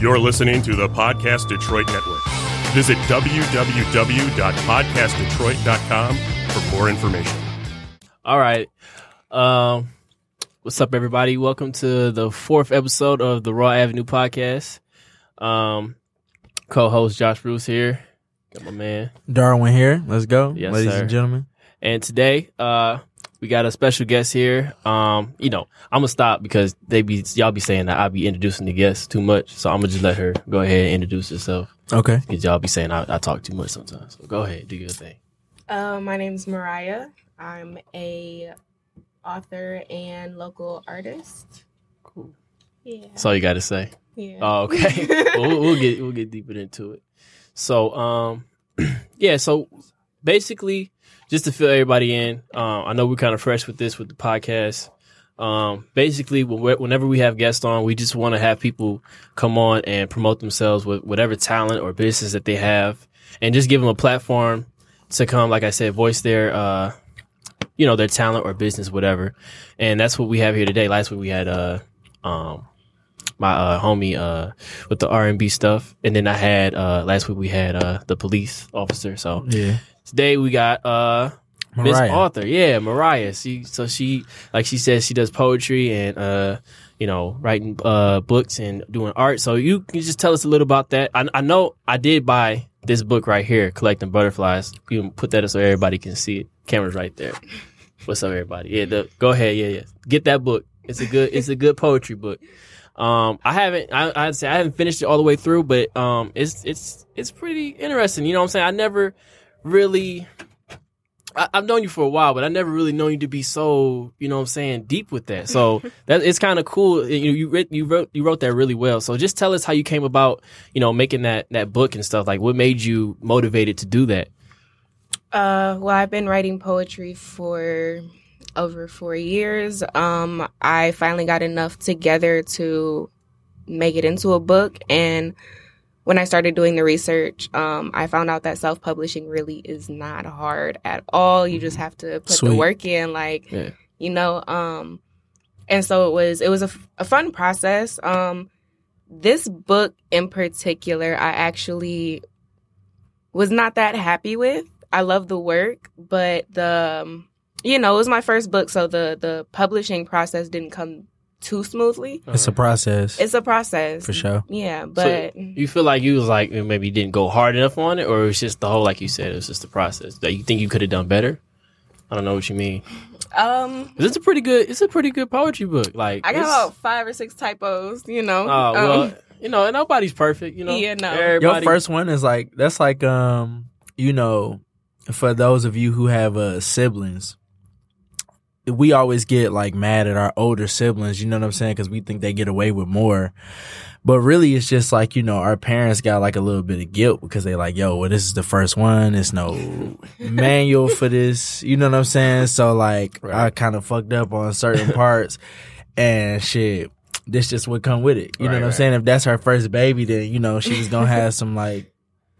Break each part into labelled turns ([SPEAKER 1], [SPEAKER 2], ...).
[SPEAKER 1] You're listening to the Podcast Detroit Network. Visit www.podcastdetroit.com for more information.
[SPEAKER 2] All right. Um, what's up, everybody? Welcome to the fourth episode of the Raw Avenue podcast. Um, co-host Josh Bruce here. Got my man.
[SPEAKER 3] Darwin here. Let's go,
[SPEAKER 2] Yes,
[SPEAKER 3] ladies
[SPEAKER 2] sir.
[SPEAKER 3] and gentlemen.
[SPEAKER 2] And today, uh, we got a special guest here. Um, you know, I'm gonna stop because they be y'all be saying that I be introducing the guests too much, so I'm gonna just let her go ahead and introduce herself
[SPEAKER 3] Okay.
[SPEAKER 2] because y'all be saying I, I talk too much sometimes. So go ahead, do your thing.
[SPEAKER 4] Uh, my name's Mariah. I'm a author and local artist.
[SPEAKER 2] Cool.
[SPEAKER 4] Yeah.
[SPEAKER 2] That's all you got to say.
[SPEAKER 4] yeah.
[SPEAKER 2] Oh, okay. well, we'll- we'll get we'll get deeper into it. So, um, yeah. So basically, just to fill everybody in, uh, I know we're kind of fresh with this with the podcast. Um, basically, when we're- whenever we have guests on, we just want to have people come on and promote themselves with whatever talent or business that they have, and just give them a platform to come, like I said, voice their. Uh, you know their talent or business, whatever, and that's what we have here today. Last week we had uh, um, my uh, homie uh, with the R and B stuff, and then I had uh, last week we had uh, the police officer. So
[SPEAKER 3] Yeah.
[SPEAKER 2] today we got uh, Miss
[SPEAKER 3] Mariah.
[SPEAKER 2] Author, yeah, Mariah. She so she like she says she does poetry and uh, you know writing uh, books and doing art. So you can just tell us a little about that. I, I know I did buy this book right here, collecting butterflies. You can put that up so everybody can see it. Camera's right there. What's up, everybody? Yeah, the, go ahead. Yeah, yeah. Get that book. It's a good. It's a good poetry book. Um, I haven't. I, I'd say I haven't finished it all the way through, but um, it's it's it's pretty interesting. You know what I'm saying? I never really. I, I've known you for a while, but I never really known you to be so. You know what I'm saying? Deep with that. So that it's kind of cool. You you writ- you wrote you wrote that really well. So just tell us how you came about. You know, making that that book and stuff. Like, what made you motivated to do that?
[SPEAKER 4] Uh, well, I've been writing poetry for over four years. Um, I finally got enough together to make it into a book. And when I started doing the research, um, I found out that self publishing really is not hard at all. You just have to put
[SPEAKER 3] Sweet.
[SPEAKER 4] the work in, like,
[SPEAKER 2] Yeah.
[SPEAKER 4] you know, um, and so it was, it was a, f- a fun process. Um, this book in particular, I actually was not that happy with. I love the work, but the um, you know it was my first book, so the the publishing process didn't come too smoothly.
[SPEAKER 3] It's a process.
[SPEAKER 4] It's a process
[SPEAKER 3] for sure.
[SPEAKER 4] Yeah, but
[SPEAKER 2] You feel like you was like maybe you didn't go hard enough on it, or it's just the whole like you said, it was just the process that you think you could have done better. I don't know what you mean.
[SPEAKER 4] um,
[SPEAKER 2] 'Cause It's a pretty good. It's a pretty good poetry book. Like
[SPEAKER 4] I got
[SPEAKER 2] it's-
[SPEAKER 4] about five or six typos. You know,
[SPEAKER 2] Oh well,
[SPEAKER 4] um,
[SPEAKER 2] you know, and nobody's perfect. You know,
[SPEAKER 4] Yeah, no.
[SPEAKER 3] Your
[SPEAKER 2] Everybody,
[SPEAKER 3] first one is like that's like um you know for those of you who have uh siblings we always get like mad at our older siblings you know what i'm saying because we think they get away with more but really it's just like you know our parents got like a little bit of guilt because they like yo well this is the first one it's no manual for this you know what i'm saying so like i
[SPEAKER 2] Right.
[SPEAKER 3] kind of fucked up on certain parts and shit this just would come with it you
[SPEAKER 2] Right,
[SPEAKER 3] know what i'm
[SPEAKER 2] right.
[SPEAKER 3] saying if that's her first baby then you know she was gonna have some like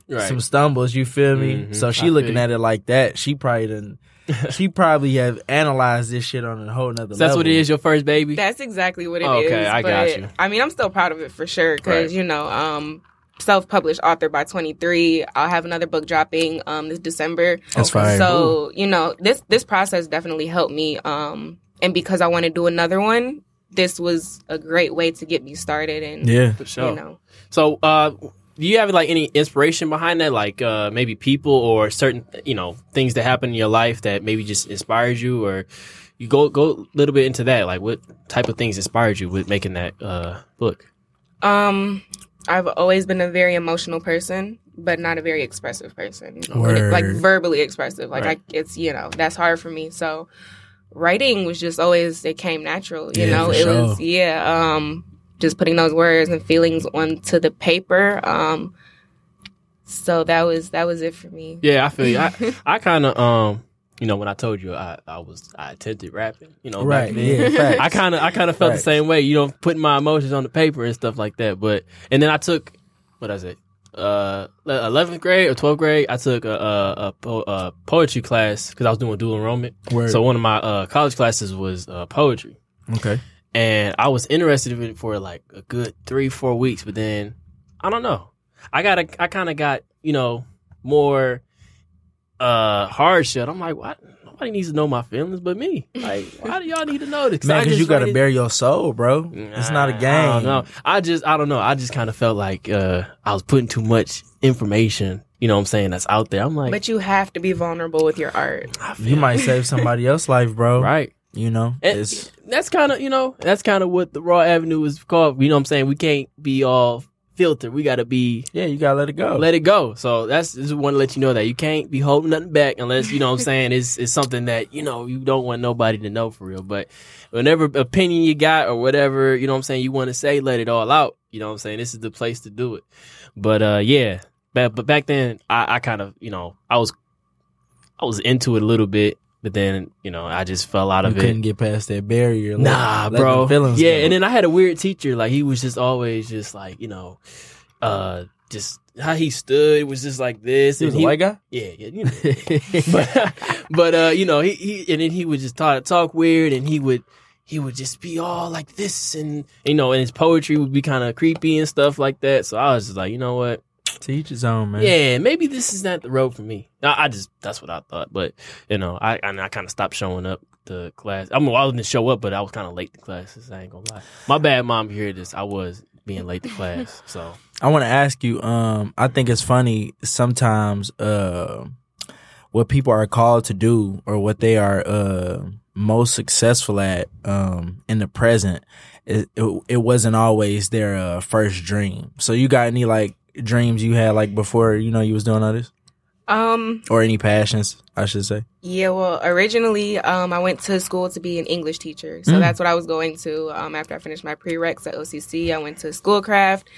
[SPEAKER 2] right.
[SPEAKER 3] some stumbles. You feel me?
[SPEAKER 2] Mhm.
[SPEAKER 3] So
[SPEAKER 2] I
[SPEAKER 3] she looking
[SPEAKER 2] feel
[SPEAKER 3] at it like that. She probably done. she probably have analyzed this shit on a whole nother.
[SPEAKER 2] So that's what it
[SPEAKER 3] level.
[SPEAKER 2] is. Your first baby.
[SPEAKER 4] that's exactly what it is.
[SPEAKER 2] Okay, I got
[SPEAKER 4] but,
[SPEAKER 2] you.
[SPEAKER 4] I mean, I'm still proud of it for sure
[SPEAKER 2] Right.
[SPEAKER 4] because you know, um, self-published author by 23. I'll have another book dropping um this December.
[SPEAKER 3] That's fire.
[SPEAKER 4] So you know this this process definitely helped me, um, and because I want to do another one, this was a great way to get me started. And
[SPEAKER 3] Yeah.
[SPEAKER 2] for
[SPEAKER 4] you
[SPEAKER 2] sure.
[SPEAKER 4] know,
[SPEAKER 2] So, uh, do you have like any inspiration behind that? Like, uh, maybe people or certain, you know, things that happen in your life that maybe just inspires you, or you go go a little bit into that. Like, what type of things inspired you with making that uh, book?
[SPEAKER 4] um, I've always been a very emotional person, but not a very expressive person.
[SPEAKER 3] Word.
[SPEAKER 4] Like verbally expressive. Like
[SPEAKER 2] Right.
[SPEAKER 4] I, it's you know that's hard for me. So writing was just always it came natural. You
[SPEAKER 3] Yeah,
[SPEAKER 4] know,
[SPEAKER 3] for
[SPEAKER 4] it was
[SPEAKER 3] sure.
[SPEAKER 4] yeah. Um, just putting those words and feelings onto the paper. Um, so that was that was it for me.
[SPEAKER 2] Yeah, I feel you. I, I kind of, um, you know, when I told you I, I was I attempted rapping, you know, back
[SPEAKER 3] Right.
[SPEAKER 2] then.
[SPEAKER 3] Yeah. Facts.
[SPEAKER 2] I kind of I kind of felt the
[SPEAKER 3] Facts.
[SPEAKER 2] same way, you know, putting my emotions on the paper and stuff like that. But and then I took what is it, uh, eleventh grade or twelfth grade? I took a, a, a, po- a poetry class because I was doing dual enrollment.
[SPEAKER 3] Word.
[SPEAKER 2] So one of my uh, college classes was uh, poetry,
[SPEAKER 3] okay.
[SPEAKER 2] and I was interested in it for like a good three four weeks. But then I don't know. I got a, I kind of got you know more uh hard shit. I'm like, what? Nobody needs to know my feelings but me. Like, why do y'all need to know this?
[SPEAKER 3] Man,
[SPEAKER 2] I
[SPEAKER 3] because
[SPEAKER 2] just
[SPEAKER 3] you gotta
[SPEAKER 2] rated-
[SPEAKER 3] bare your soul, bro. it's not a
[SPEAKER 2] Nah,
[SPEAKER 3] game.
[SPEAKER 2] I don't know. I just I don't know. I just kind of felt like uh I was putting too much information. You know what I'm saying? That's out there. I'm like,
[SPEAKER 4] But you have to be vulnerable with your art.
[SPEAKER 2] I
[SPEAKER 3] You
[SPEAKER 2] feel-
[SPEAKER 3] might save somebody else's life, bro.
[SPEAKER 2] right.
[SPEAKER 3] You know,
[SPEAKER 2] And
[SPEAKER 3] it's
[SPEAKER 2] that's kind of you know that's kind of what the Raw Avenue is called. You know what I'm saying? We can't be all filtered. We got to be
[SPEAKER 3] yeah, you gotta let it go.
[SPEAKER 2] let it go. So that's just want to let you know that you can't be holding nothing back unless you know what I'm saying it's it's something that you know you don't want nobody to know for real. But whenever opinion you got or whatever you know what I'm saying you want to say, let it all out. You know what I'm saying? This is the place to do it. But uh yeah, but but back then I, I kind of you know I was I was into it a little bit, but then you know I just fell out
[SPEAKER 3] you
[SPEAKER 2] of it.
[SPEAKER 3] couldn't get past that barrier. Let-
[SPEAKER 2] Nah,
[SPEAKER 3] let the
[SPEAKER 2] bro.
[SPEAKER 3] Feelings
[SPEAKER 2] yeah,
[SPEAKER 3] go.
[SPEAKER 2] and then I had a weird teacher. Like he was just always just like you know, uh, just how he stood was just like this.
[SPEAKER 3] he was
[SPEAKER 2] and
[SPEAKER 3] a white guy.
[SPEAKER 2] Yeah, yeah, you know. but but uh, you know he, he and then he would just talk talk weird, and he would he would just be all like this, and you know, and his poetry would be kind of creepy and stuff like that. So I was just like, you know what?
[SPEAKER 3] Teach his own, man.
[SPEAKER 2] Yeah, maybe this is not the road for me. I, I just that's what I thought, but you know, I and I kind of stopped showing up to class. I mean, well, I didn't show up, but I was kind of late to classes. I ain't gonna lie. My bad, mom. Hear this? I was being late to class, so
[SPEAKER 3] I want to ask you. Um, I think it's funny sometimes. Uh, what people are called to do, or what they are uh most successful at, um, in the present, it it, it wasn't always their uh, first dream. So you got any like dreams you had like before you know you was doing all this,
[SPEAKER 4] Um,
[SPEAKER 3] or any passions I should say?
[SPEAKER 4] yeah, well, originally um, I went to school to be an English teacher. So
[SPEAKER 3] Mm.
[SPEAKER 4] that's what I was going to um, after I finished my prereqs at OCC. I went to Schoolcraft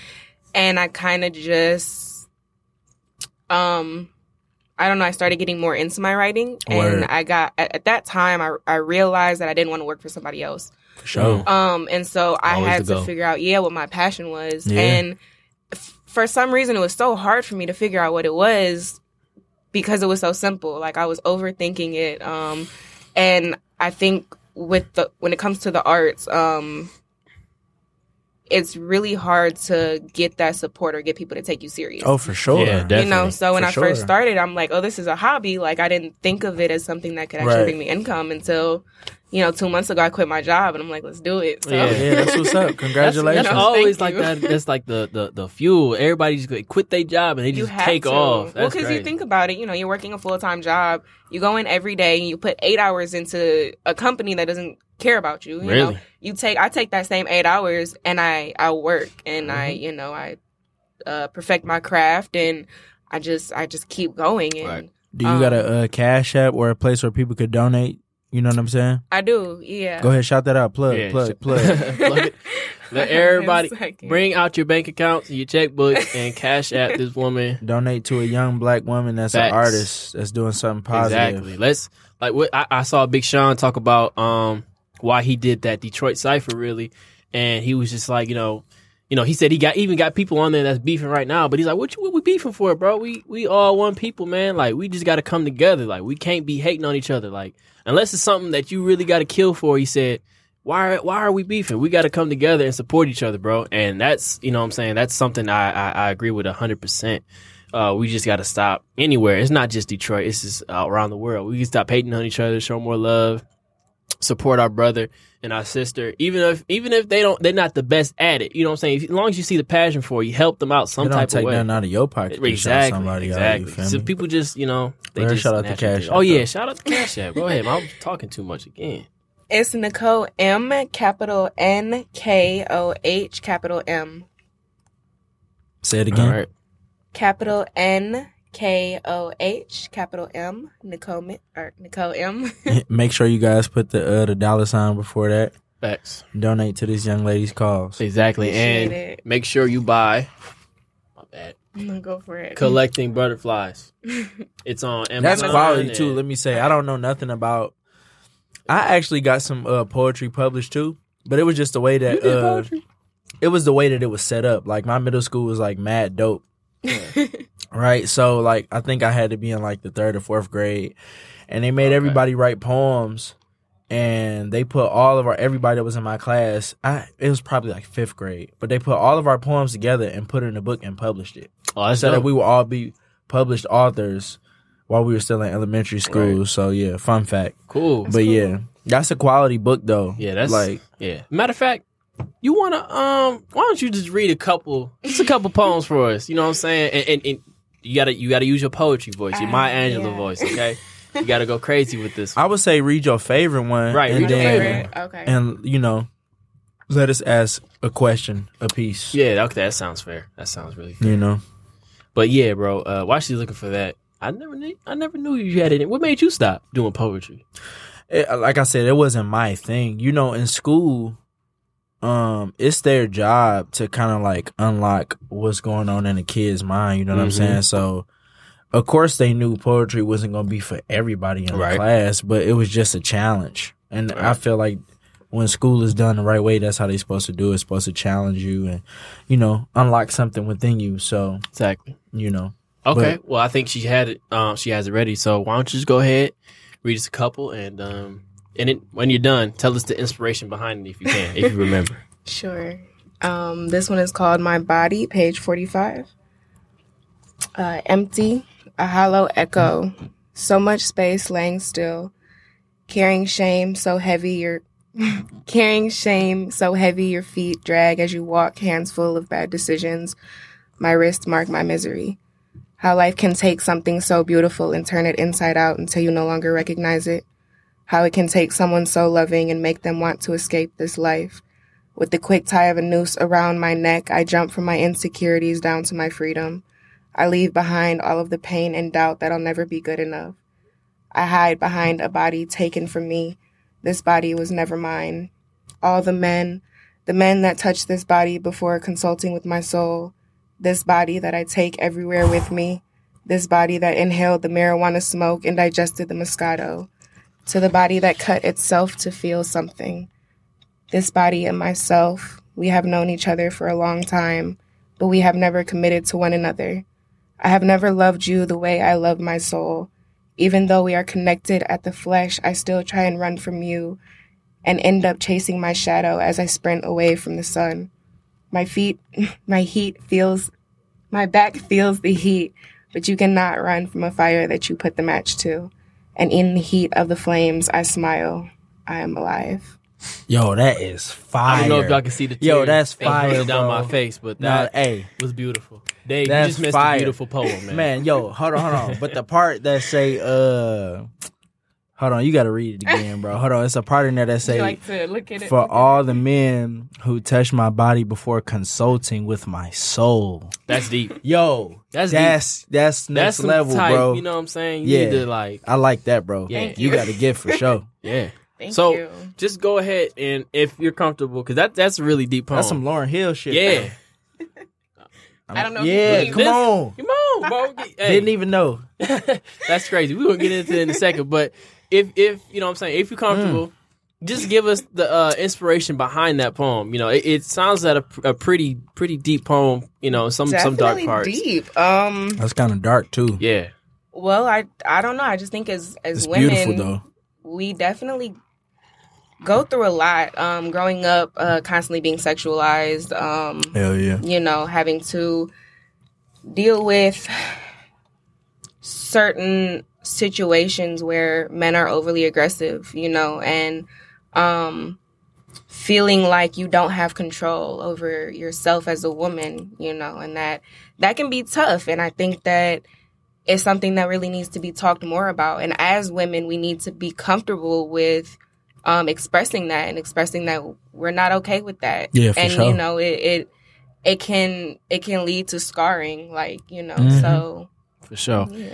[SPEAKER 4] and I kind of just, um, I don't know, I started getting more into my writing.
[SPEAKER 3] Word.
[SPEAKER 4] And I got, at, at that time, I, I realized that I didn't want to work for somebody else.
[SPEAKER 3] For sure.
[SPEAKER 4] Um, and so I
[SPEAKER 2] Always
[SPEAKER 4] had
[SPEAKER 2] the
[SPEAKER 4] to
[SPEAKER 2] goal.
[SPEAKER 4] figure out, yeah, what my passion was.
[SPEAKER 3] Yeah.
[SPEAKER 4] And f- for some reason, it was so hard for me to figure out what it was because it was so simple. Like I was overthinking it. Um, and I think with the when it comes to the arts, um, it's really hard to get that support or get people to take you serious.
[SPEAKER 3] Oh, for sure.
[SPEAKER 2] Yeah, definitely.
[SPEAKER 4] You know, so when
[SPEAKER 3] For
[SPEAKER 4] I first
[SPEAKER 3] sure.
[SPEAKER 4] started, I'm like, oh, this is a hobby. Like, I didn't think of it as something that could actually
[SPEAKER 3] Right.
[SPEAKER 4] bring me income until, you know, two months ago, I quit my job and I'm like, let's do it. So.
[SPEAKER 2] Yeah.
[SPEAKER 3] yeah, that's what's up.
[SPEAKER 2] that's,
[SPEAKER 3] Congratulations.
[SPEAKER 2] that's always like
[SPEAKER 4] Thank you.
[SPEAKER 2] that. That's like the the the fuel. Everybody just could quit their job and they just take off.
[SPEAKER 4] Well,
[SPEAKER 2] That's
[SPEAKER 4] because
[SPEAKER 2] crazy.
[SPEAKER 4] you think about it, you know, you're working a full time job. You go in every day and you put eight hours into a company that doesn't care about you. You
[SPEAKER 2] Really?
[SPEAKER 4] know, you take I take that same eight hours and I I work and I
[SPEAKER 3] Mm-hmm.
[SPEAKER 4] you know I uh, perfect my craft and I just I just keep going and
[SPEAKER 2] Right.
[SPEAKER 3] Do you got a, uh cash app or a place where people could donate? You know what I'm saying?
[SPEAKER 4] I do yeah.
[SPEAKER 3] Go ahead, shout that out. Plug,
[SPEAKER 2] Yeah,
[SPEAKER 3] plug,
[SPEAKER 2] shit.
[SPEAKER 3] plug.
[SPEAKER 2] Plug it. Let everybody
[SPEAKER 4] One second.
[SPEAKER 2] bring out your bank accounts, and your checkbooks, and cash app this woman.
[SPEAKER 3] Donate to a young black woman that's
[SPEAKER 2] Facts.
[SPEAKER 3] an artist that's doing something positive.
[SPEAKER 2] Exactly. Let's like what I, I saw Big Sean talk about um why he did that Detroit cipher really, and he was just like you know, you know he said he got even got people on there that's beefing right now, but he's like what you, what we beefing for, bro? We we all one people, man. Like we just got to come together. Like we can't be hating on each other. Like unless it's something that you really got to kill for, he said. Why, are- why are we beefing? We got to come together and support each other, bro. And that's, you know what I'm saying? That's something I, I, I agree with 100% uh, we just got to stop anywhere. It's not just Detroit. It's just uh, around the world. We can stop hating on each other, show more love, support our brother and our sister. Even if even if they don't, they're not the best at it. You know what I'm saying? As long as you see the passion for it, you help them out some
[SPEAKER 3] It don't
[SPEAKER 2] type
[SPEAKER 3] take
[SPEAKER 2] of way.
[SPEAKER 3] nothing out of your pocket. to shout
[SPEAKER 2] Exactly.
[SPEAKER 3] somebody out, you
[SPEAKER 2] exactly.
[SPEAKER 3] feel
[SPEAKER 2] so
[SPEAKER 3] me?
[SPEAKER 2] people just, you know, they
[SPEAKER 3] Well,
[SPEAKER 2] just
[SPEAKER 3] shout out to
[SPEAKER 2] naturally
[SPEAKER 3] Cash
[SPEAKER 2] do it.
[SPEAKER 3] App,
[SPEAKER 2] Oh yeah,
[SPEAKER 3] though.
[SPEAKER 2] shout out to Cash App. Go ahead. I'm talking too much again.
[SPEAKER 4] It's Nicole M capital N K O H capital M.
[SPEAKER 3] Say it again.
[SPEAKER 2] All right.
[SPEAKER 4] capital N K O H, capital M, Nicole, Mi- or Nicole M.
[SPEAKER 3] Make sure you guys put the uh, the dollar sign before that.
[SPEAKER 2] Facts.
[SPEAKER 3] Donate to this young lady's cause.
[SPEAKER 2] Exactly.
[SPEAKER 4] Appreciate
[SPEAKER 2] and
[SPEAKER 4] it.
[SPEAKER 2] make sure you buy. My bad.
[SPEAKER 4] I'm gonna go for it.
[SPEAKER 2] Collecting butterflies. It's on Amazon.
[SPEAKER 3] That's quality too.
[SPEAKER 2] and-
[SPEAKER 3] Let me say, I don't know nothing about. I actually got some uh, poetry published too, but it was just the way that uh, it was the way that it was set up. Like my middle school was like mad dope. right. So like I think I had to be in like the third or fourth grade. And they made everybody write poems and they put all of our everybody that was in my class. I it was probably like fifth grade, but they put all of our poems together and put it in a book and published it
[SPEAKER 2] Oh, that's
[SPEAKER 3] so that
[SPEAKER 2] dope.
[SPEAKER 3] we would all be published authors while we were still in elementary school. So yeah, fun fact.
[SPEAKER 2] cool.
[SPEAKER 3] but
[SPEAKER 4] cool.
[SPEAKER 3] yeah, that's a quality book though.
[SPEAKER 2] Yeah, that's-
[SPEAKER 3] like
[SPEAKER 2] Yeah. Matter of fact, you wanna um why don't you just read a couple just a couple poems for us? You know what I'm saying? And and, and you gotta you gotta use your poetry voice, your
[SPEAKER 4] Ah,
[SPEAKER 2] Maya Angelou
[SPEAKER 4] yeah.
[SPEAKER 2] voice, okay? you gotta go crazy with this.
[SPEAKER 3] I would say read your favorite one,
[SPEAKER 2] Right,
[SPEAKER 3] And
[SPEAKER 2] read your
[SPEAKER 3] then
[SPEAKER 2] favorite.
[SPEAKER 4] Okay.
[SPEAKER 3] and you know, let us ask a question a piece.
[SPEAKER 2] yeah, okay, that sounds fair. That sounds really fair.
[SPEAKER 3] You know,
[SPEAKER 2] But yeah, bro, uh why she's looking for that? I never knew I never knew you had it in. What made you stop doing poetry?
[SPEAKER 3] It- like I said, it wasn't my thing. You know, in school, um, it's their job to kind of like unlock what's going on in a kid's mind. You know what I'm
[SPEAKER 2] Mhm.
[SPEAKER 3] saying? So, of course, they knew poetry wasn't going to be for everybody in
[SPEAKER 2] Right.
[SPEAKER 3] the class, but it was just a challenge. And I
[SPEAKER 2] Right.
[SPEAKER 3] feel like when school is done the right way, that's how they're supposed to do it. It's supposed to challenge you and, you know, unlock something within you. So,
[SPEAKER 2] Exactly.
[SPEAKER 3] you know.
[SPEAKER 2] Okay. well, I think she had it. Um, she has it ready. So why don't you just go ahead, read us a couple, and um, and it, when you're done, tell us the inspiration behind it if you can, if you remember.
[SPEAKER 4] Sure. Um, this one is called My Body, page 45. Uh, empty, a hollow echo, so much space laying still, carrying shame so heavy your carrying shame so heavy your feet drag as you walk, hands full of bad decisions. My wrists mark my misery. How life can take something so beautiful and turn it inside out until you no longer recognize it. How it can take someone so loving and make them want to escape this life. With the quick tie of a noose around my neck, I jump from my insecurities down to my freedom. I leave behind all of the pain and doubt that I'll never be good enough. I hide behind a body taken from me. This body was never mine. All the men, the men that touched this body before consulting with my soul, this body that I take everywhere with me, this body that inhaled the marijuana smoke and digested the Moscato, to the body that cut itself to feel something this body and myself, we have known each other for a long time, but we have never committed to one another. I have never loved you the way I love my soul. Even though we are connected at the flesh, I still try and run from you and end up chasing my shadow as I sprint away from the sun. My feet, my heat feels, my back feels the heat, but you cannot run from a fire that you put the match to. And in the heat of the flames, I smile. I am alive.
[SPEAKER 3] Yo, that is fire.
[SPEAKER 2] I don't know if y'all can see the tears
[SPEAKER 3] Yo, that's
[SPEAKER 2] that running
[SPEAKER 3] fire,
[SPEAKER 2] down
[SPEAKER 3] bro.
[SPEAKER 2] my face, but
[SPEAKER 3] Nah,
[SPEAKER 2] that
[SPEAKER 3] hey.
[SPEAKER 2] was beautiful. Dave,
[SPEAKER 3] That's
[SPEAKER 2] you just missed
[SPEAKER 3] fire.
[SPEAKER 2] a beautiful poem, man.
[SPEAKER 3] Man, yo, hold on, hold on. But the part that say, uh, hold on, you got to read it again, bro. Hold on, it's a part in there that say,
[SPEAKER 4] to look at
[SPEAKER 3] for all the men who touched my body before consulting with my soul.
[SPEAKER 2] That's deep.
[SPEAKER 3] Yo,
[SPEAKER 2] That's
[SPEAKER 3] that's that's that's
[SPEAKER 2] That's
[SPEAKER 3] next
[SPEAKER 2] some
[SPEAKER 3] level,
[SPEAKER 2] type,
[SPEAKER 3] bro.
[SPEAKER 2] You know what I'm saying? You
[SPEAKER 3] Yeah.
[SPEAKER 2] need to like,
[SPEAKER 3] I like that, bro.
[SPEAKER 2] Yeah. Thank
[SPEAKER 3] you
[SPEAKER 4] you.
[SPEAKER 3] got to get for sure.
[SPEAKER 2] yeah.
[SPEAKER 4] Thank
[SPEAKER 2] so
[SPEAKER 4] you.
[SPEAKER 2] just go ahead and if you're comfortable, because that that's a really deep poem.
[SPEAKER 3] That's some Lauren Hill shit.
[SPEAKER 2] yeah.
[SPEAKER 4] I don't know if
[SPEAKER 3] Yeah,
[SPEAKER 4] you
[SPEAKER 3] come
[SPEAKER 2] This-
[SPEAKER 3] on.
[SPEAKER 2] Come on, bro. Hey.
[SPEAKER 3] Didn't even know.
[SPEAKER 2] That's crazy. We're gonna get into it in a second. But if if you know what I'm saying, if you're comfortable,
[SPEAKER 3] Hmm.
[SPEAKER 2] just give us the uh, inspiration behind that poem. You know, it, it sounds like a, a pretty pretty deep poem, you know, some um, some dark
[SPEAKER 4] Definitely
[SPEAKER 2] parts.
[SPEAKER 4] deep. Um.
[SPEAKER 3] That's kind of dark too.
[SPEAKER 2] Yeah.
[SPEAKER 4] Well, I I don't know. I just think as as
[SPEAKER 3] It's
[SPEAKER 4] women,
[SPEAKER 3] beautiful though.
[SPEAKER 4] we definitely go through a lot. Um, growing up, uh, constantly being sexualized. Um,
[SPEAKER 3] Hell yeah.
[SPEAKER 4] you know, having to deal with certain situations where men are overly aggressive, you know, and um feeling like you don't have control over yourself as a woman, you know, and that that can be tough and I think that is something that really needs to be talked more about and as women we need to be comfortable with um expressing that and expressing that we're not okay with that.
[SPEAKER 3] Yeah, for
[SPEAKER 4] and
[SPEAKER 3] sure.
[SPEAKER 4] you know, it it it can it can lead to scarring like, you know.
[SPEAKER 3] Mhm.
[SPEAKER 4] So,
[SPEAKER 2] For
[SPEAKER 3] Oh.
[SPEAKER 2] sure.
[SPEAKER 4] yeah.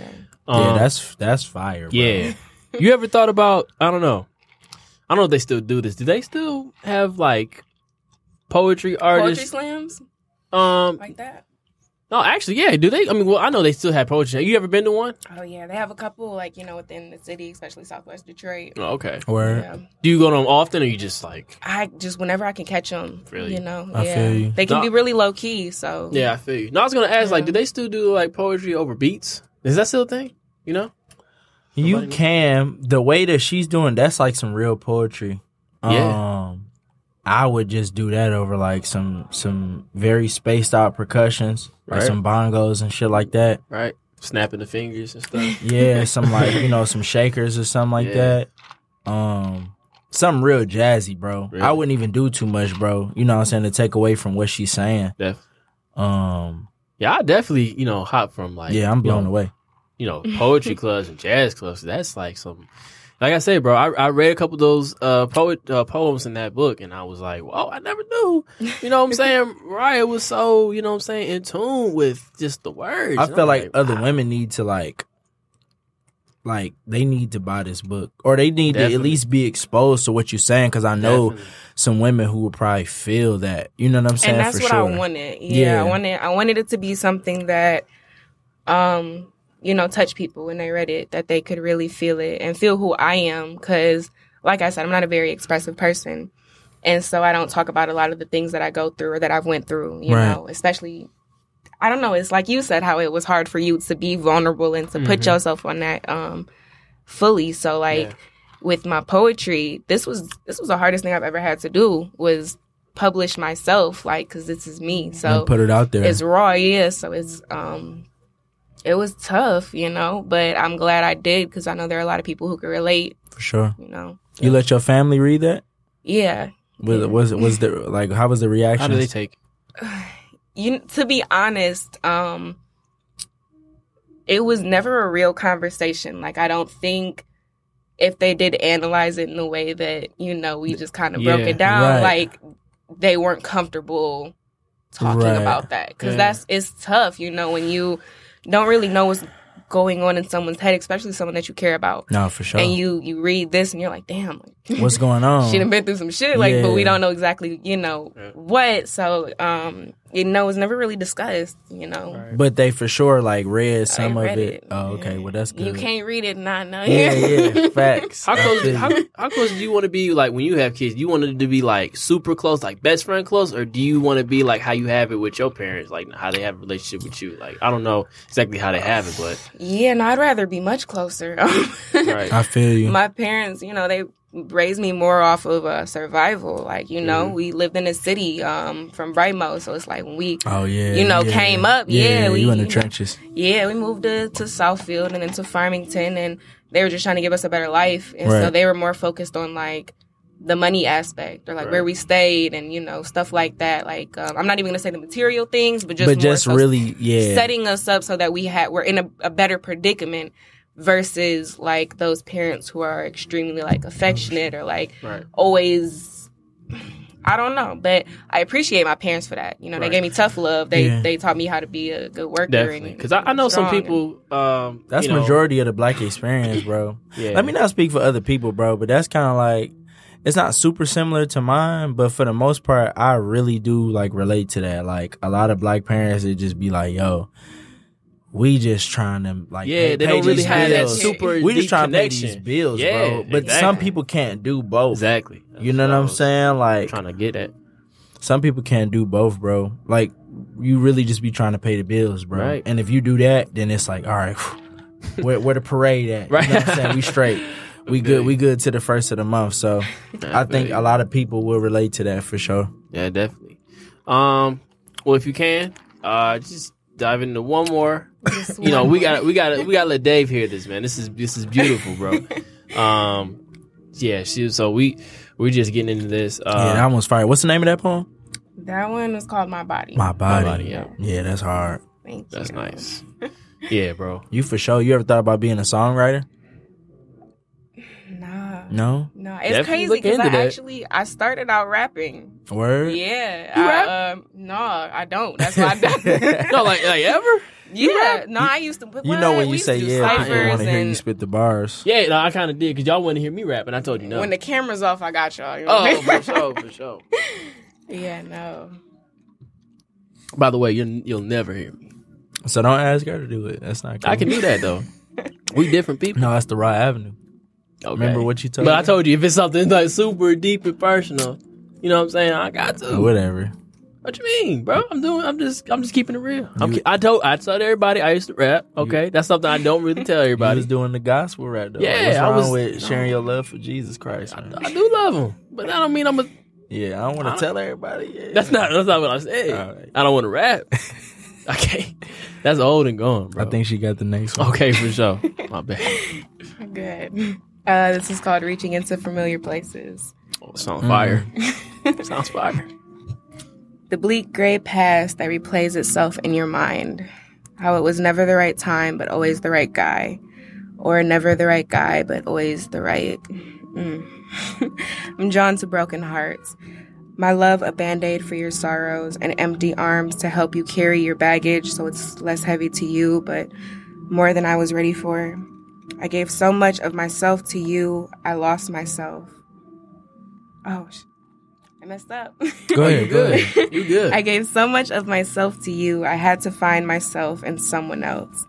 [SPEAKER 3] yeah,
[SPEAKER 2] Um,
[SPEAKER 3] that's that's fire. Bro.
[SPEAKER 2] yeah. you ever thought about I don't know. I don't know if they still do this. Do they still have like poetry
[SPEAKER 4] Poetry
[SPEAKER 2] artists?
[SPEAKER 4] slams
[SPEAKER 2] um
[SPEAKER 4] like that.
[SPEAKER 2] no, actually, yeah, do they? I mean, well, I know they still have poetry. You ever been to one?
[SPEAKER 4] Oh yeah, they have a couple like you know within the city, especially Southwest Detroit.
[SPEAKER 2] Oh, okay.
[SPEAKER 3] Word.
[SPEAKER 4] Yeah.
[SPEAKER 2] Do you go to them often or you just like
[SPEAKER 4] I just whenever I can catch them,
[SPEAKER 2] Really?
[SPEAKER 4] you know,
[SPEAKER 3] I
[SPEAKER 4] yeah,
[SPEAKER 3] feel you.
[SPEAKER 4] they can
[SPEAKER 2] No.
[SPEAKER 4] be really low key. So
[SPEAKER 2] Yeah, I feel you. No, I was gonna ask, like,
[SPEAKER 4] Yeah.
[SPEAKER 2] do they still do like poetry over beats? Is that still a thing? You know?
[SPEAKER 3] You
[SPEAKER 2] Nobody-
[SPEAKER 3] can the way that she's doing that's like some real poetry.
[SPEAKER 2] Yeah.
[SPEAKER 3] Um I would just do that over like some some very spaced out percussions, like
[SPEAKER 2] Right.
[SPEAKER 3] some bongos and shit like that.
[SPEAKER 2] right? Snapping the fingers and stuff.
[SPEAKER 3] Yeah, some like you know some shakers or something like
[SPEAKER 2] Yeah.
[SPEAKER 3] that. Um, something real jazzy, bro.
[SPEAKER 2] Really?
[SPEAKER 3] I wouldn't even do too much, bro. You know what I'm saying to take away from what she's saying.
[SPEAKER 2] Def-
[SPEAKER 3] Um,
[SPEAKER 2] yeah, I definitely you know hop from like
[SPEAKER 3] yeah, I'm
[SPEAKER 2] you know,
[SPEAKER 3] blown away.
[SPEAKER 2] you know, poetry clubs and jazz clubs. That's like some, like I said, bro. I, I read a couple of those uh, poet uh, poems in that book, and I was like, whoa, I never knew. You know what I'm saying? Mariah was so, you know what I'm saying, in tune with just the words.
[SPEAKER 3] I
[SPEAKER 2] And
[SPEAKER 3] feel
[SPEAKER 2] I'm
[SPEAKER 3] like other
[SPEAKER 2] wow.
[SPEAKER 3] women need to like, like they need to buy this book or they need to at
[SPEAKER 2] Definitely.
[SPEAKER 3] least be exposed to what you're saying because I know
[SPEAKER 2] Definitely.
[SPEAKER 3] some women who would probably feel that. You know what I'm saying?
[SPEAKER 4] and that's
[SPEAKER 3] for
[SPEAKER 4] what
[SPEAKER 3] sure.
[SPEAKER 4] I wanted. Yeah,
[SPEAKER 3] Yeah.
[SPEAKER 4] I wanted I wanted it to be something that um you know touch people when they read it that they could really feel it and feel who I am cuz like I said I'm not a very expressive person. And so I don't talk about a lot of the things that I go through or that I've went through, you
[SPEAKER 3] Right.
[SPEAKER 4] know, especially I don't know, it's like you said how it was hard for you to be vulnerable and to put
[SPEAKER 3] Mm-hmm.
[SPEAKER 2] Mhm.
[SPEAKER 4] yourself on that um fully. So like
[SPEAKER 2] Yeah.
[SPEAKER 4] with my poetry, this was this was the hardest thing I've ever had to do was publish myself, like because this is me. So
[SPEAKER 3] And Mm-hmm. put it out there.
[SPEAKER 4] it's raw, yeah. So it's um, it was tough, you know. But I'm glad I did because I know there are a lot of people who can relate,
[SPEAKER 3] for sure.
[SPEAKER 4] you know.
[SPEAKER 3] You let your family read that?
[SPEAKER 4] Yeah,
[SPEAKER 3] Was
[SPEAKER 4] Yeah.
[SPEAKER 3] was was the like how was the
[SPEAKER 2] How
[SPEAKER 3] reaction?
[SPEAKER 2] do they take?
[SPEAKER 4] you to be honest, um, it was never a real conversation. Like I don't think. If they did analyze it in the way that you know we just kind of broke
[SPEAKER 2] Yeah,
[SPEAKER 4] it down,
[SPEAKER 3] right.
[SPEAKER 4] like they weren't comfortable talking
[SPEAKER 3] Right.
[SPEAKER 4] about that because
[SPEAKER 2] Yeah.
[SPEAKER 4] that's it's tough, you know, when you don't really know what's going on in someone's head, especially someone that you care about,
[SPEAKER 3] no, for sure.
[SPEAKER 4] and you you read this and you're like, damn, like,
[SPEAKER 3] What's going on?
[SPEAKER 4] she done been through some shit, like, but we
[SPEAKER 3] Oh. Yeah.
[SPEAKER 4] don't know exactly, you know,
[SPEAKER 2] Yeah.
[SPEAKER 4] what. So, um, you know, it's never really discussed, you know.
[SPEAKER 3] but they for sure like read some
[SPEAKER 4] read
[SPEAKER 3] of it.
[SPEAKER 4] it.
[SPEAKER 3] Oh, okay. Well, that's good.
[SPEAKER 4] You can't read it and not know.
[SPEAKER 3] Yeah, yeah. Facts.
[SPEAKER 2] How close?
[SPEAKER 3] Absolutely.
[SPEAKER 2] how, how close do you want to be? Like when you have kids, do you want it to be like super close, like best friend close, or do you want to be like how you have it with your parents, like how they have a relationship with you? Like I don't know exactly how they have it, but
[SPEAKER 4] yeah, no, I'd rather be much closer.
[SPEAKER 2] right.
[SPEAKER 3] I feel you.
[SPEAKER 4] my parents, you know, they raised me more off of uh, survival. Like, you know,
[SPEAKER 2] Mhm.
[SPEAKER 4] we lived in a city um, from Brightmo, so it's like when we,
[SPEAKER 3] oh yeah.
[SPEAKER 4] you know,
[SPEAKER 3] yeah.
[SPEAKER 4] came up, yeah, we-
[SPEAKER 3] you in the trenches.
[SPEAKER 4] yeah, we moved to, to Southfield and then to Farmington, and they were just trying to give us a better life, and so
[SPEAKER 3] Right.
[SPEAKER 4] they were more focused on like the money aspect or like where
[SPEAKER 2] Right.
[SPEAKER 4] we stayed and you know stuff like that. Like, um, I'm not even gonna say the material things, but just
[SPEAKER 3] but
[SPEAKER 4] more
[SPEAKER 3] just
[SPEAKER 4] so
[SPEAKER 3] really, yeah.
[SPEAKER 4] setting us up so that we had we're in a, a better predicament versus like those parents who are extremely like affectionate or like
[SPEAKER 2] Right.
[SPEAKER 4] always I don't know, but I appreciate my parents for that. You know,
[SPEAKER 2] Right.
[SPEAKER 4] they gave me tough love. They
[SPEAKER 3] Yeah.
[SPEAKER 4] they taught me how to be a good worker.
[SPEAKER 2] Definitely,
[SPEAKER 4] and-
[SPEAKER 2] because I, I know some
[SPEAKER 4] strong and-
[SPEAKER 2] people. Um,
[SPEAKER 3] That's
[SPEAKER 2] you know,
[SPEAKER 3] majority of the black experience, bro.
[SPEAKER 2] Yeah.
[SPEAKER 3] Let me not speak for other people, bro, but that's kind of like it's not super similar to mine, but for the most part, I really do like relate to that. Like a lot of black parents, it just be like, "Yo, we just trying to like,
[SPEAKER 2] Yeah,
[SPEAKER 3] pay-
[SPEAKER 2] they
[SPEAKER 3] pay
[SPEAKER 2] don't really
[SPEAKER 3] these
[SPEAKER 2] have that
[SPEAKER 3] bills.
[SPEAKER 2] super.
[SPEAKER 3] We just
[SPEAKER 2] deep
[SPEAKER 3] trying
[SPEAKER 2] connection.
[SPEAKER 3] to pay these bills,
[SPEAKER 2] Yeah,
[SPEAKER 3] bro. But some
[SPEAKER 2] exactly.
[SPEAKER 3] people can't do both.
[SPEAKER 2] Exactly.
[SPEAKER 3] You know what I'm saying? Like
[SPEAKER 2] trying to get at.
[SPEAKER 3] some people can't do both, bro. Like you really just be trying to pay the bills, bro.
[SPEAKER 2] Right.
[SPEAKER 3] And if you do that, then it's like, all right, where where the parade at?
[SPEAKER 2] Right.
[SPEAKER 3] You know what I'm saying? We straight. We good. We good to the first of the month. So I think a lot of people will relate to that for sure.
[SPEAKER 2] Yeah, definitely. Um, well, if you can, uh, just dive into one more. You know, we got to we got to we got to let Dave hear this, man. This is this is beautiful, bro. um, yeah, she. So we we're just getting into this. Uh,
[SPEAKER 3] yeah, that almost fired. What's the name of that poem?
[SPEAKER 4] That one was called My Body.
[SPEAKER 3] My body.
[SPEAKER 2] body, yeah.
[SPEAKER 3] that's hard.
[SPEAKER 4] Thank
[SPEAKER 2] that's
[SPEAKER 4] you.
[SPEAKER 2] nice. Yeah, bro.
[SPEAKER 3] You for sure. You ever thought about being a songwriter?
[SPEAKER 4] Nah.
[SPEAKER 3] No.
[SPEAKER 4] No, it's
[SPEAKER 2] Definitely
[SPEAKER 4] crazy
[SPEAKER 2] look
[SPEAKER 4] because I
[SPEAKER 2] into that.
[SPEAKER 4] actually I started out rapping.
[SPEAKER 3] Word.
[SPEAKER 4] Yeah,
[SPEAKER 2] You
[SPEAKER 4] I,
[SPEAKER 2] rap?
[SPEAKER 4] um, no, I don't. That's why I don't.
[SPEAKER 2] No, like like ever?
[SPEAKER 4] Yeah, no, I used to. But
[SPEAKER 3] You know
[SPEAKER 4] what?
[SPEAKER 3] when you
[SPEAKER 4] We
[SPEAKER 3] say
[SPEAKER 4] used to do
[SPEAKER 3] yeah, people
[SPEAKER 4] ciphers
[SPEAKER 3] want to hear you
[SPEAKER 4] and
[SPEAKER 3] spit the bars.
[SPEAKER 2] Yeah, no, I kind of did because y'all wouldn't hear me rap, and I told you no.
[SPEAKER 4] When the camera's off, I got y'all. You know
[SPEAKER 2] oh,
[SPEAKER 4] what I
[SPEAKER 2] for
[SPEAKER 4] mean?
[SPEAKER 2] sure, for sure.
[SPEAKER 4] yeah, no.
[SPEAKER 2] By the way, you'll you'll never hear me.
[SPEAKER 3] So don't ask her to do it. That's not. Cool.
[SPEAKER 2] I can do that though. We different people.
[SPEAKER 3] No, that's the right avenue.
[SPEAKER 2] Okay.
[SPEAKER 3] Remember what you told
[SPEAKER 2] But
[SPEAKER 3] me?
[SPEAKER 2] I told you if it's something like super deep and personal, you know what I'm saying? I got to.
[SPEAKER 3] Whatever.
[SPEAKER 2] What you mean, bro? I'm doing. I'm just. I'm just keeping it real. I'm, I told. I told everybody I used to rap. Okay, that's something I don't really tell
[SPEAKER 3] Everybody
[SPEAKER 2] everybody.
[SPEAKER 3] was doing the gospel rap though.
[SPEAKER 2] Yeah,
[SPEAKER 3] What's
[SPEAKER 2] I
[SPEAKER 3] wrong
[SPEAKER 2] was-
[SPEAKER 3] with sharing your love for Jesus Christ?
[SPEAKER 2] I,
[SPEAKER 3] man?
[SPEAKER 2] I do love him, but that don't mean I'm a.
[SPEAKER 3] yeah, I don't
[SPEAKER 2] I
[SPEAKER 3] want
[SPEAKER 2] don't-
[SPEAKER 3] to tell everybody. Yeah.
[SPEAKER 2] That's not. That's not what I said.
[SPEAKER 3] All right.
[SPEAKER 2] I don't want to rap. okay, that's old and gone, bro.
[SPEAKER 3] I think she got the next one.
[SPEAKER 2] Okay, for sure. My bad.
[SPEAKER 4] Good. Uh, this is called Reaching Into Familiar Places.
[SPEAKER 2] Oh, it's on fire. Sounds fire.
[SPEAKER 4] The bleak gray past that replays itself in your mind. How it was never the right time, but always the right guy. Or never the right guy, but always the right. Mm. I'm drawn to broken hearts. My love, a band aid for your sorrows, and empty arms to help you carry your baggage so it's less heavy to you, but more than I was ready for. I gave so much of myself to you, I lost myself. Oh, sh- I messed up.
[SPEAKER 3] Go
[SPEAKER 2] Oh,
[SPEAKER 3] ahead.
[SPEAKER 2] you
[SPEAKER 3] Go ahead.
[SPEAKER 2] good? You good?
[SPEAKER 4] I gave so much of myself to you, I had to find myself in someone else.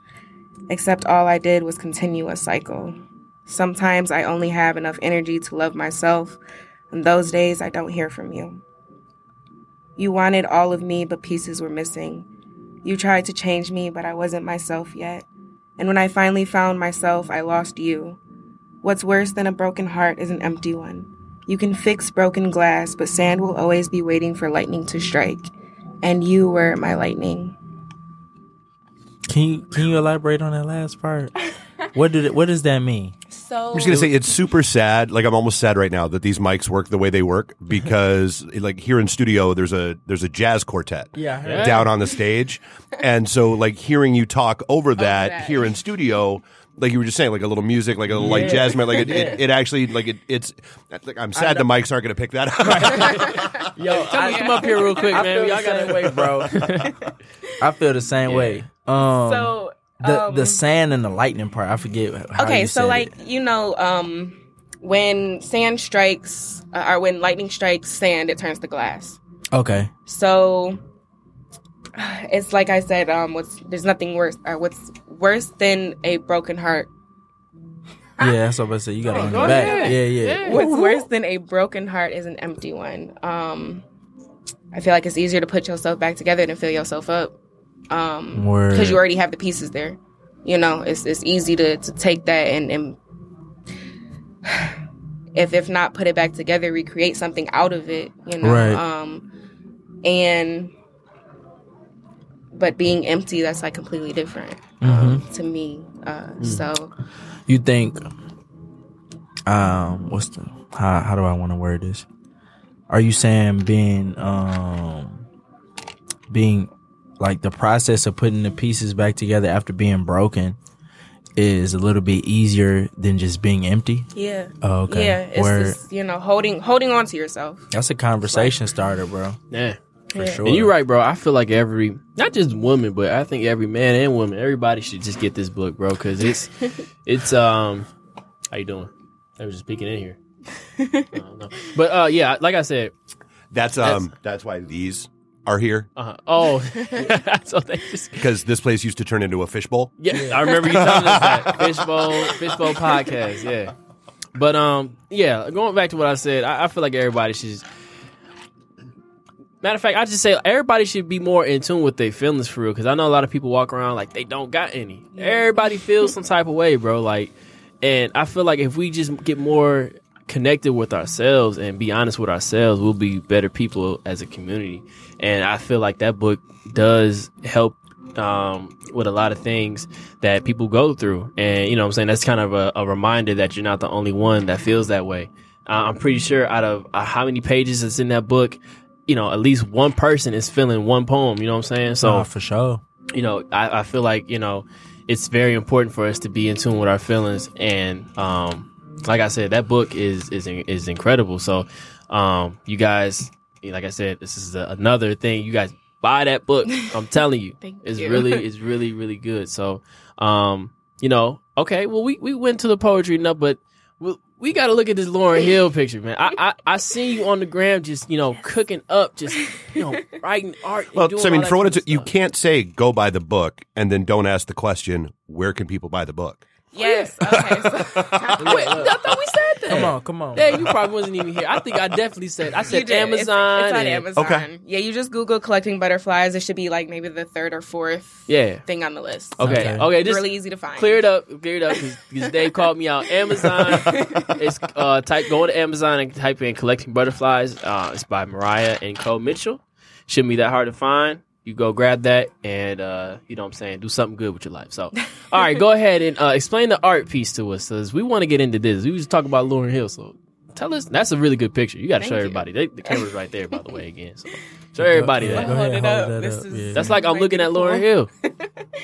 [SPEAKER 4] Except all I did was continue a cycle. Sometimes I only have enough energy to love myself, and those days I don't hear from you. You wanted all of me, but pieces were missing. You tried to change me, but I wasn't myself yet. And when I finally found myself, I lost you. What's worse than a broken heart is an empty one. You can fix broken glass, but sand will always be waiting for lightning to strike. And you were my lightning.
[SPEAKER 3] Can you can you elaborate on that last part? What did it, what does that mean?
[SPEAKER 4] So
[SPEAKER 5] I'm just gonna say it's super sad. Like I'm almost sad right now that these mics work the way they work because, like here in studio, there's a there's a jazz quartet
[SPEAKER 3] Yeah, I heard
[SPEAKER 2] Yeah.
[SPEAKER 5] down on the stage, and so like hearing you talk over that,
[SPEAKER 4] that.
[SPEAKER 5] here in studio, like you were just saying, like a little music, like a little light jazz, like it, it, it actually like it, it's. Like, I'm sad the mics aren't gonna pick that up.
[SPEAKER 2] Yo, I, come up here real quick,
[SPEAKER 3] I
[SPEAKER 2] man.
[SPEAKER 3] feel
[SPEAKER 2] Y'all
[SPEAKER 3] the same
[SPEAKER 2] gotta
[SPEAKER 3] way, bro. I feel the same
[SPEAKER 2] Yeah.
[SPEAKER 3] way. Um,
[SPEAKER 4] so
[SPEAKER 3] the
[SPEAKER 4] um,
[SPEAKER 3] the sand and the lightning part. I forget. How
[SPEAKER 4] okay,
[SPEAKER 3] you
[SPEAKER 4] so
[SPEAKER 3] said
[SPEAKER 4] like
[SPEAKER 3] it.
[SPEAKER 4] you know, um, when sand strikes uh, or when lightning strikes sand, it turns to glass.
[SPEAKER 3] okay,
[SPEAKER 4] So it's like I said, um, what's there's nothing worse. Or what's worse than a broken heart?
[SPEAKER 3] yeah, that's what I said. You got to
[SPEAKER 2] Oh,
[SPEAKER 3] run
[SPEAKER 2] go
[SPEAKER 3] it back.
[SPEAKER 2] ahead.
[SPEAKER 3] Yeah, yeah.
[SPEAKER 2] Yeah.
[SPEAKER 4] What's worse than a broken heart is an empty one. Um, I feel like it's easier to put yourself back together than fill yourself up. Um,
[SPEAKER 3] Word.
[SPEAKER 4] because you already have the pieces there. You know, it's it's easy to, to take that and, and if if not put it back together, recreate something out of it, you know.
[SPEAKER 3] Right.
[SPEAKER 4] Um and but being empty, that's like completely different
[SPEAKER 3] Mm-hmm. Hmm?
[SPEAKER 4] um, to me. Uh, So
[SPEAKER 3] You think? Um, what's the how? How do I want to word this? Are you saying being um being like the process of putting the pieces back together after being broken is a little bit easier than just being empty?
[SPEAKER 4] yeah,
[SPEAKER 3] Oh, okay.
[SPEAKER 4] yeah, it's
[SPEAKER 3] Word.
[SPEAKER 4] just you know holding holding on to yourself.
[SPEAKER 3] That's a conversation starter, bro.
[SPEAKER 2] Yeah.
[SPEAKER 3] For
[SPEAKER 4] Yeah.
[SPEAKER 3] sure.
[SPEAKER 2] And you're right, bro. I feel like every, not just woman, but I think every man and woman, everybody should just get this book, bro, because it's, it's, um, how you doing? I was just peeking in here. I don't know. But, uh, yeah, like I said,
[SPEAKER 5] That's um. That's why these are here
[SPEAKER 2] uh, oh, so they just,
[SPEAKER 5] because this place used to turn into a fishbowl.
[SPEAKER 2] yeah, I remember you telling us that. Fishbowl, Fishbowl podcast, yeah. But, um, yeah, going back to what I said, I, I feel like everybody should just, Matter of fact, I just say everybody should be more in tune with their feelings for real. Because I know a lot of people walk around like they don't got any. Everybody feels some type of way, bro. Like, and I feel like if we just get more connected with ourselves and be honest with ourselves, we'll be better people as a community. And I feel like that book does help um, with a lot of things that people go through. And you know, what I'm saying that's kind of a, a reminder that you're not the only one that feels that way. Uh, I'm pretty sure out of uh, how many pages is in that book, you know, at least one person is feeling one poem. You know what I'm saying? So
[SPEAKER 3] Nah, for sure.
[SPEAKER 2] you know, I, I feel like you know, it's very important for us to be in tune with our feelings. And um, like I said, that book is is is incredible. So, um, you guys, like I said, this is a, another thing. You guys buy that book. I'm telling you,
[SPEAKER 4] Thank
[SPEAKER 2] it's
[SPEAKER 4] you.
[SPEAKER 2] really it's really really good. So, um, you know, okay, well we we went to the poetry enough, but. we- We got to look at this Lauren Hill picture, man. I, I I see you on the gram, just you know, cooking up, just you know, writing art. and
[SPEAKER 5] Well,
[SPEAKER 2] doing
[SPEAKER 5] so I mean,
[SPEAKER 2] all
[SPEAKER 5] for
[SPEAKER 2] that
[SPEAKER 5] what it's
[SPEAKER 2] kind of
[SPEAKER 5] you
[SPEAKER 2] stuff.
[SPEAKER 5] can't say go buy the book and then don't ask the
[SPEAKER 2] Oh,
[SPEAKER 5] question where can people buy the book.
[SPEAKER 4] Yes. Okay. So, Wait, I thought we said
[SPEAKER 2] that.
[SPEAKER 3] Come on, come on.
[SPEAKER 2] Yeah, you probably wasn't even here. I think I definitely said I
[SPEAKER 4] You
[SPEAKER 2] said
[SPEAKER 4] did. It's-
[SPEAKER 2] Amazon.
[SPEAKER 4] It's, on
[SPEAKER 2] and-
[SPEAKER 4] Amazon.
[SPEAKER 5] Okay.
[SPEAKER 4] Yeah, you just Google collecting butterflies. It should be like maybe the third or fourth
[SPEAKER 2] Yeah.
[SPEAKER 4] thing on the list.
[SPEAKER 2] Okay.
[SPEAKER 3] Okay.
[SPEAKER 2] Okay.
[SPEAKER 4] It's
[SPEAKER 2] Just
[SPEAKER 4] really easy to find.
[SPEAKER 2] clear it up. Clear it up because Dave called me out. Amazon. it's uh, type go to Amazon and type in "Collecting Butterflies." Uh, it's by Mariah and Cole Mitchell. Shouldn't be that hard to find. You go grab that and uh, you know what I'm saying. Do something good with your life. So, all right, go ahead and uh, explain the art piece to us because we want to get into this. We was talking about Lauren Hill, so tell us. That's a really good picture. You got to
[SPEAKER 4] Thank
[SPEAKER 2] show
[SPEAKER 4] you.
[SPEAKER 2] everybody. They, the camera's right there, by the way. Again, so show everybody
[SPEAKER 3] Yeah,
[SPEAKER 2] that.
[SPEAKER 3] go ahead, hold
[SPEAKER 4] Hold it up.
[SPEAKER 3] that
[SPEAKER 4] This
[SPEAKER 3] up,
[SPEAKER 4] is-
[SPEAKER 3] yeah.
[SPEAKER 2] That's like I'm
[SPEAKER 4] Like
[SPEAKER 2] looking at Lauren Hill.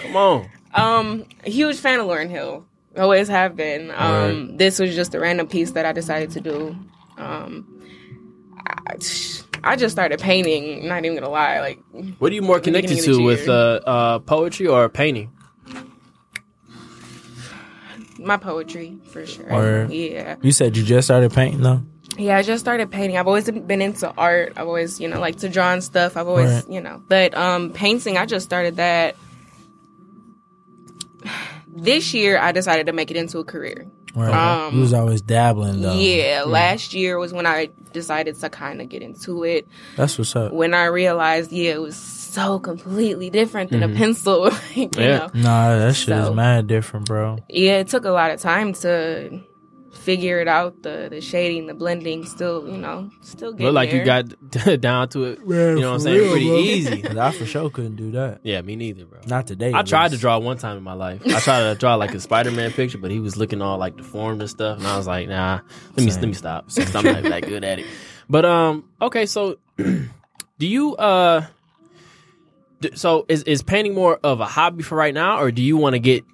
[SPEAKER 2] Come on.
[SPEAKER 4] Um, huge fan of Lauren Hill. Always have been. Um, this was just a random piece that I decided to do. Um, I, I just started painting. Not even gonna lie, like
[SPEAKER 2] What are you more
[SPEAKER 4] Beginning
[SPEAKER 2] connected
[SPEAKER 4] of the
[SPEAKER 2] to with
[SPEAKER 4] year.
[SPEAKER 2] uh, uh, poetry or painting?
[SPEAKER 4] my poetry for sure.
[SPEAKER 3] Word.
[SPEAKER 4] Yeah,
[SPEAKER 3] You said you just started painting though.
[SPEAKER 4] yeah. I just started painting. I've always been into art. I've always, you know, like to draw and stuff. I've always,
[SPEAKER 3] Right.
[SPEAKER 4] you know, but um, painting. I just started that. This year, I decided to make it into a career.
[SPEAKER 3] Right.
[SPEAKER 4] Um,
[SPEAKER 3] you was always dabbling though.
[SPEAKER 4] yeah, last year was when I decided to kind of get into it.
[SPEAKER 3] That's what's up.
[SPEAKER 4] when I realized, yeah, it was so completely different than a pencil. like, you
[SPEAKER 2] Mm-hmm. Yeah.
[SPEAKER 4] know,
[SPEAKER 3] Nah, that shit
[SPEAKER 4] So-
[SPEAKER 3] is mad different, bro.
[SPEAKER 4] yeah, it took a lot of time to figure it out. The the shading, the blending, still, you know, still getting
[SPEAKER 2] Look like you
[SPEAKER 4] there.
[SPEAKER 2] got down to it.
[SPEAKER 3] Man,
[SPEAKER 2] you know what I'm
[SPEAKER 3] for
[SPEAKER 2] saying?
[SPEAKER 3] real,
[SPEAKER 2] Pretty
[SPEAKER 3] bro.
[SPEAKER 2] easy.
[SPEAKER 3] 'Cause I for sure couldn't do that.
[SPEAKER 2] Yeah, me neither, bro.
[SPEAKER 3] Not today.
[SPEAKER 2] I
[SPEAKER 3] at
[SPEAKER 2] tried to
[SPEAKER 3] least.
[SPEAKER 2] draw one time in my life. I tried to draw like a Spider-Man picture, but he was looking all like deformed and stuff, and I was like, nah, let me
[SPEAKER 3] Same.
[SPEAKER 2] let me stop. Since I'm not even that good at it. But um, okay, so do you uh, d- so is is painting more of a hobby for right now, or do you want to get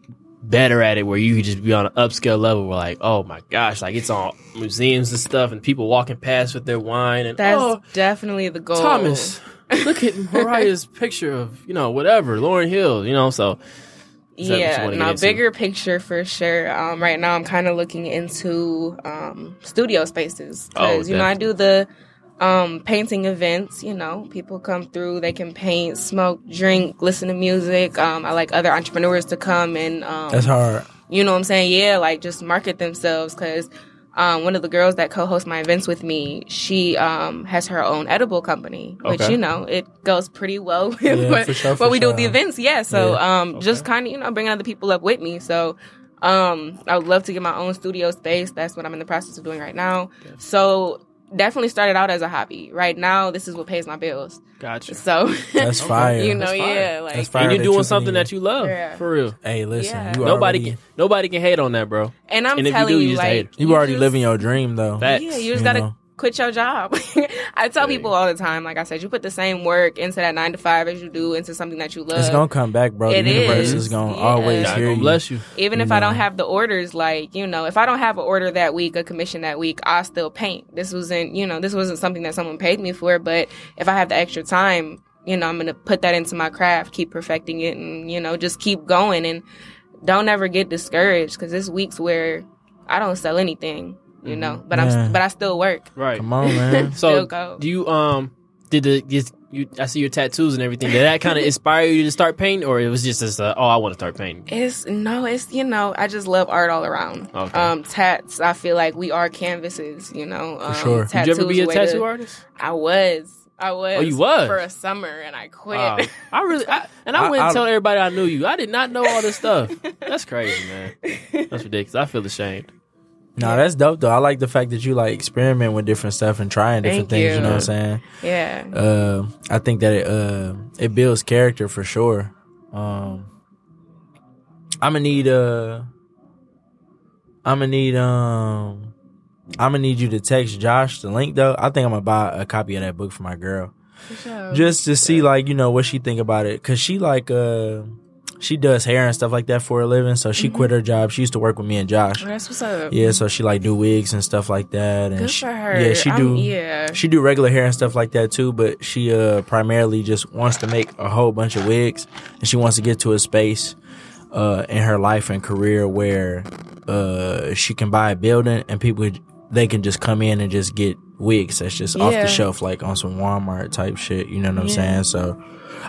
[SPEAKER 2] better at it where you could just be on an upscale level where like, oh my gosh, like it's on museums and stuff, and people walking past with their wine and
[SPEAKER 4] That's
[SPEAKER 2] oh,
[SPEAKER 4] definitely the goal,
[SPEAKER 2] Thomas, look at Mariah's picture of you know whatever Lauren Hill, you know. So Is that what you
[SPEAKER 4] Yeah,
[SPEAKER 2] wanna get
[SPEAKER 4] no,
[SPEAKER 2] into?
[SPEAKER 4] bigger picture for sure. Um, right now, I'm kind of looking into um, studio spaces
[SPEAKER 2] Oh,
[SPEAKER 4] because you know I do the um, painting events. You know, people come through, they can paint, smoke, drink, listen to music. Um, I like other entrepreneurs to come and um,
[SPEAKER 3] That's hard.
[SPEAKER 4] you know what I'm saying? Yeah, like just market themselves because um, one of the girls that co-hosts my events with me, she um, has her own edible company, which
[SPEAKER 2] Okay.
[SPEAKER 4] you know it goes pretty well with
[SPEAKER 3] Yeah,
[SPEAKER 4] what,
[SPEAKER 3] for sure,
[SPEAKER 4] what
[SPEAKER 3] Oh, for
[SPEAKER 4] we do with the
[SPEAKER 3] sure.
[SPEAKER 4] events. Yeah, so um, just
[SPEAKER 2] Okay.
[SPEAKER 4] kind of you know bringing other people up with me. So um, I would love to get my own studio space. That's what I'm in the process of doing right now. So definitely started out as a hobby. Right now, this is what pays my bills.
[SPEAKER 2] gotcha.
[SPEAKER 4] So
[SPEAKER 3] That's fire.
[SPEAKER 4] you know,
[SPEAKER 2] That's fire.
[SPEAKER 4] yeah, like
[SPEAKER 3] That's fire.
[SPEAKER 2] And you're
[SPEAKER 3] that
[SPEAKER 2] doing
[SPEAKER 3] you
[SPEAKER 2] something
[SPEAKER 3] need.
[SPEAKER 2] that you love
[SPEAKER 4] Yeah.
[SPEAKER 2] for real.
[SPEAKER 3] Hey, listen.
[SPEAKER 4] Yeah.
[SPEAKER 3] You
[SPEAKER 2] Nobody
[SPEAKER 3] already,
[SPEAKER 2] can nobody can hate on that, bro.
[SPEAKER 4] and I'm
[SPEAKER 2] And if you
[SPEAKER 4] telling
[SPEAKER 2] do,
[SPEAKER 4] you,
[SPEAKER 2] you just hate
[SPEAKER 4] like
[SPEAKER 2] it.
[SPEAKER 3] You, already
[SPEAKER 4] just-
[SPEAKER 3] living your dream though.
[SPEAKER 2] Facts.
[SPEAKER 4] Yeah, you just
[SPEAKER 3] you
[SPEAKER 4] gotta
[SPEAKER 3] know?
[SPEAKER 4] quit your job. I tell
[SPEAKER 2] Yeah.
[SPEAKER 4] people all the time, like I said, you put the same work into that nine to five as you do into something that you love.
[SPEAKER 3] It's gonna come back, bro.
[SPEAKER 4] It
[SPEAKER 3] the universe
[SPEAKER 4] is.
[SPEAKER 3] is, gonna
[SPEAKER 4] Yeah.
[SPEAKER 3] always
[SPEAKER 4] God
[SPEAKER 2] God
[SPEAKER 3] hear
[SPEAKER 2] gonna
[SPEAKER 3] you.
[SPEAKER 2] bless you.
[SPEAKER 4] Even if
[SPEAKER 3] you
[SPEAKER 4] I don't
[SPEAKER 3] know.
[SPEAKER 4] have the orders, like you know, if I don't have an order that week, a commission that week, I still paint. This wasn't, you know, this wasn't something that someone paid me for. But if I have the extra time, you know, I'm gonna put that into my craft, keep perfecting it, and you know, just keep going and don't ever get discouraged because there's weeks where I don't sell anything, you know,
[SPEAKER 2] Mm-hmm.
[SPEAKER 4] but
[SPEAKER 3] Yeah.
[SPEAKER 4] I'm but I still work.
[SPEAKER 2] Right.
[SPEAKER 3] Come on, man.
[SPEAKER 4] Still
[SPEAKER 2] So
[SPEAKER 4] go.
[SPEAKER 2] do you um did the is- you I see your tattoos and everything. Did that kind of inspire you to start painting, or it was just as uh, oh I want to start painting?
[SPEAKER 4] It's no, it's you know, I just love art all around.
[SPEAKER 2] Okay.
[SPEAKER 4] Um, tats, I feel like we are canvases, you know. Um,
[SPEAKER 3] sure. Did
[SPEAKER 2] Did you ever
[SPEAKER 4] tattoos
[SPEAKER 2] be a
[SPEAKER 4] way to-
[SPEAKER 2] tattoo artist?
[SPEAKER 4] I was, I was.
[SPEAKER 2] Oh, you was?
[SPEAKER 4] for a summer, and I quit.
[SPEAKER 3] Ah.
[SPEAKER 2] Wow. Oh. I really I, and I,
[SPEAKER 3] I-
[SPEAKER 2] went and
[SPEAKER 3] I-
[SPEAKER 2] tell everybody I knew you. I did not know all this stuff. That's crazy, man. That's ridiculous. I feel ashamed.
[SPEAKER 3] No, that's dope though. I like the fact that you like experiment with different stuff and trying different
[SPEAKER 4] Thank
[SPEAKER 3] things. You
[SPEAKER 4] you.
[SPEAKER 3] know what I'm saying?
[SPEAKER 4] yeah,
[SPEAKER 3] Uh, I think that it uh, it builds character for sure. Um, I'm gonna need uh, I'm gonna need um, I'm gonna need you to text Josh the link though. I think I'm gonna buy a copy of that book for my girl
[SPEAKER 4] for sure.
[SPEAKER 3] just to see like you know what she think about it because she like uh. She does hair and stuff like that for a living, so she quit her job. She used to work with me and Josh.
[SPEAKER 4] Well, that's what's up.
[SPEAKER 3] Yeah, so she like do wigs and stuff like that. And
[SPEAKER 4] good
[SPEAKER 3] she,
[SPEAKER 4] for her.
[SPEAKER 3] Yeah, she
[SPEAKER 4] I'm-
[SPEAKER 3] do.
[SPEAKER 4] yeah,
[SPEAKER 3] She do regular hair and stuff like that too, but she uh primarily just wants to make a whole bunch of wigs, and she wants to get to a space uh in her life and career where uh she can buy a building and people they can just come in and just get wigs that's just off
[SPEAKER 4] Yeah.
[SPEAKER 3] the shelf like on some Walmart type shit. You know what I'm
[SPEAKER 4] Yeah.
[SPEAKER 3] saying? So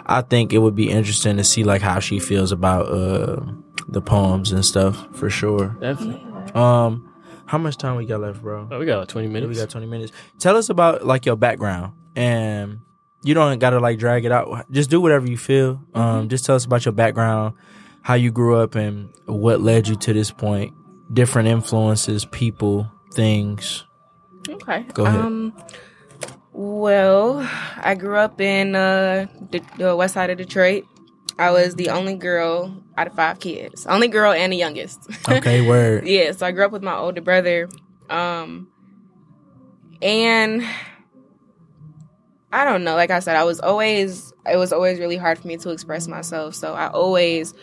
[SPEAKER 3] I think it would be interesting to see like how she feels about uh the poems and stuff for sure.
[SPEAKER 2] Definitely.
[SPEAKER 3] Um, How much time we got left, bro?
[SPEAKER 2] Oh, we got like 20 minutes.
[SPEAKER 3] We got 20 minutes. Tell us about like your background and you don't got to like drag it out. Just do whatever you feel. Um just tell us about your background, how you grew up and what led you to this point, different influences, people, things.
[SPEAKER 4] Okay.
[SPEAKER 3] Go ahead.
[SPEAKER 4] Um, well, I grew up in uh, the, the west side of Detroit. I was the only girl out of five kids, only girl and the youngest.
[SPEAKER 3] Okay, word.
[SPEAKER 4] yeah, so I grew up with my older brother. Um, and I don't know, like I said, I was always, it was always really hard for me to express myself. So I always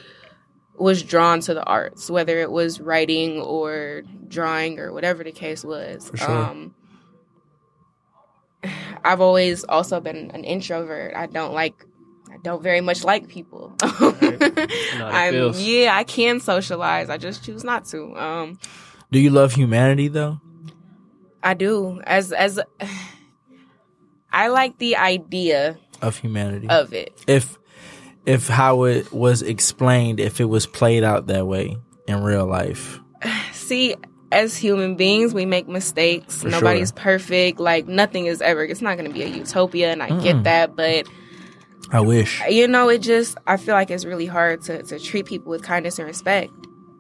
[SPEAKER 4] was drawn to the arts, whether it was writing or drawing or whatever the case was.
[SPEAKER 3] For sure.
[SPEAKER 4] Um, I've always also been an introvert. I don't like, I don't very much like people.
[SPEAKER 2] how that
[SPEAKER 4] I'm,
[SPEAKER 2] feels.
[SPEAKER 4] yeah, I can socialize. I just choose not to. Um,
[SPEAKER 3] Do you love humanity though?
[SPEAKER 4] I do as as I like the idea
[SPEAKER 3] Of humanity.
[SPEAKER 4] of it.
[SPEAKER 3] if if how it was explained if it was played out that way in real life
[SPEAKER 4] See, as human beings, we make mistakes.
[SPEAKER 3] For
[SPEAKER 4] Nobody's perfect. Like nothing is ever. It's not going to be a utopia, and I get that. But
[SPEAKER 3] i wish
[SPEAKER 4] you know, it just I feel like it's really hard to to treat people with kindness and respect,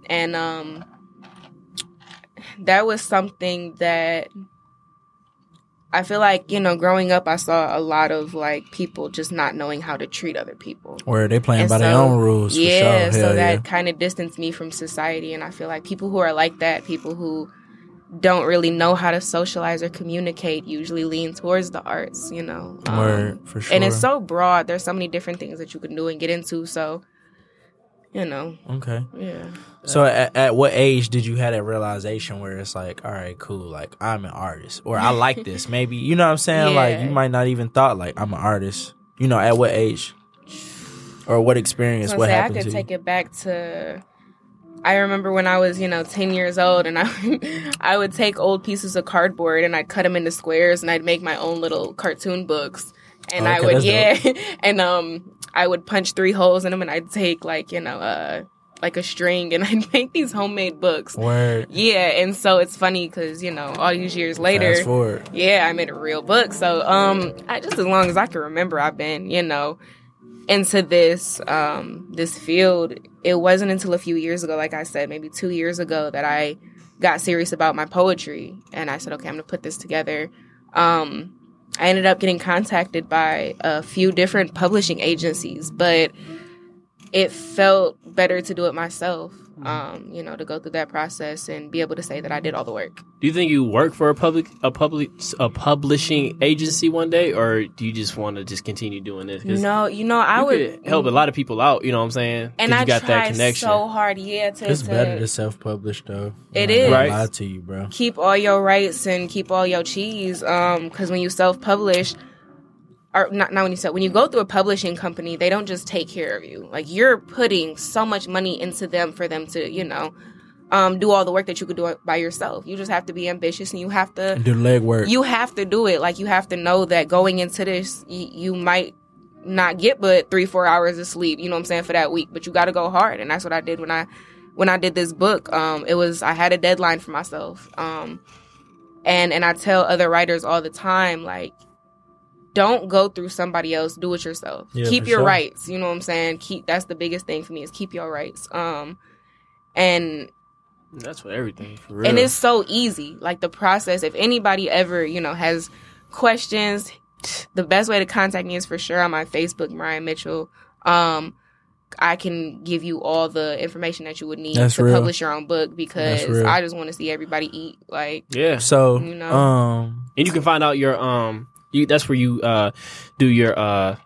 [SPEAKER 4] and um, that was something that. I feel like, you know, growing up, I saw a lot of like people just not knowing how to treat other people.
[SPEAKER 3] where they playing
[SPEAKER 4] And
[SPEAKER 3] by their
[SPEAKER 4] so-
[SPEAKER 3] own rules
[SPEAKER 4] Yeah,
[SPEAKER 3] for sure
[SPEAKER 4] so
[SPEAKER 3] Hell
[SPEAKER 4] that
[SPEAKER 3] yeah.
[SPEAKER 4] kind of distanced me from society, and I feel like people who are like that, people who don't really know how to socialize or communicate, usually lean towards the arts, you know. Um,
[SPEAKER 3] Word, for sure
[SPEAKER 4] And it's so broad. There's so many different things that you can do and get into. So, you know,
[SPEAKER 3] okay
[SPEAKER 4] yeah.
[SPEAKER 3] so at, at what age did you have that realization where it's like all right cool like i'm an artist or i like this maybe you know what i'm saying like
[SPEAKER 4] Yeah.
[SPEAKER 3] you might not even thought like i'm an artist you know at what age or what experience
[SPEAKER 4] So
[SPEAKER 3] what
[SPEAKER 4] say I
[SPEAKER 3] happened
[SPEAKER 4] could
[SPEAKER 3] to
[SPEAKER 4] take
[SPEAKER 3] you
[SPEAKER 4] it back to. I remember when I was, you know, ten years old, and I, I would take old pieces of cardboard and I'd cut them into squares, and I'd make my own little cartoon books, and I
[SPEAKER 3] Okay,
[SPEAKER 4] would,
[SPEAKER 3] that's
[SPEAKER 4] yeah, and um, I would punch three holes in them, and I'd take like, you know, uh, like a string, and I'd make these homemade books.
[SPEAKER 3] word
[SPEAKER 4] Yeah, and so it's funny because you know, all these years later,
[SPEAKER 3] fast forward
[SPEAKER 4] yeah, I made a real book. So, um, I, just as long as I can remember, I've been, you know, into this, um, this field. It wasn't until a few years ago, like I said, maybe two years ago, that I got serious about my poetry, and I said, okay, I'm gonna put this together. Um, I ended up getting contacted by a few different publishing agencies, but it felt better to do it myself.
[SPEAKER 2] Mm-hmm.
[SPEAKER 4] Um, you know, to go through that process and be able to say that I did all the work.
[SPEAKER 2] Do you think you work for a public a public a publishing agency one day, or do you just want to just continue doing this? 'Cause
[SPEAKER 4] No, you know, I
[SPEAKER 2] you
[SPEAKER 4] would
[SPEAKER 2] could help a lot of people out. You know what I'm saying? 'Cause
[SPEAKER 4] and
[SPEAKER 2] you
[SPEAKER 4] I
[SPEAKER 2] got
[SPEAKER 4] try
[SPEAKER 2] that connection.
[SPEAKER 4] so hard, yeah, to,
[SPEAKER 3] it's
[SPEAKER 4] to
[SPEAKER 3] better to self-publish though
[SPEAKER 4] It
[SPEAKER 3] It is.
[SPEAKER 2] Right.
[SPEAKER 3] lie to you bro
[SPEAKER 4] keep all your rights and keep all your cheese. Um, because when you self publish, or not, not when you self, when you go through a publishing company, they don't just take care of you. Like you're putting so much money into them for them to, you know, um, do all the work that you could do by yourself. You just have to be ambitious and you have to
[SPEAKER 3] do legwork
[SPEAKER 4] you have to do it. Like you have to know that going into this, you, you might not get but three, four hours of sleep. You know what I'm saying for that week, but you got to go hard, and that's what I did when I when I did this book. Um, it was I had a deadline for myself. Um, and and I tell other writers all the time, like, don't go through somebody else. Do it yourself.
[SPEAKER 3] Yeah,
[SPEAKER 4] keep
[SPEAKER 3] for
[SPEAKER 4] your
[SPEAKER 3] sure.
[SPEAKER 4] rights. You know what I'm saying. Keep that's the biggest thing for me is keep your rights. Um, and
[SPEAKER 2] That's for everything. For real.
[SPEAKER 4] and it's so easy. Like the process, if anybody ever, you know, has questions, the best way to contact me is for sure on my Facebook, Mariah Mitchell. Um, I can give you all the information that you would need
[SPEAKER 3] That's
[SPEAKER 4] to
[SPEAKER 3] real.
[SPEAKER 4] publish your own book because
[SPEAKER 3] real.
[SPEAKER 4] I just want to see everybody eat. Like,
[SPEAKER 2] yeah.
[SPEAKER 3] so
[SPEAKER 4] You know.
[SPEAKER 3] um
[SPEAKER 2] and you can find out your um you that's where you uh do your uh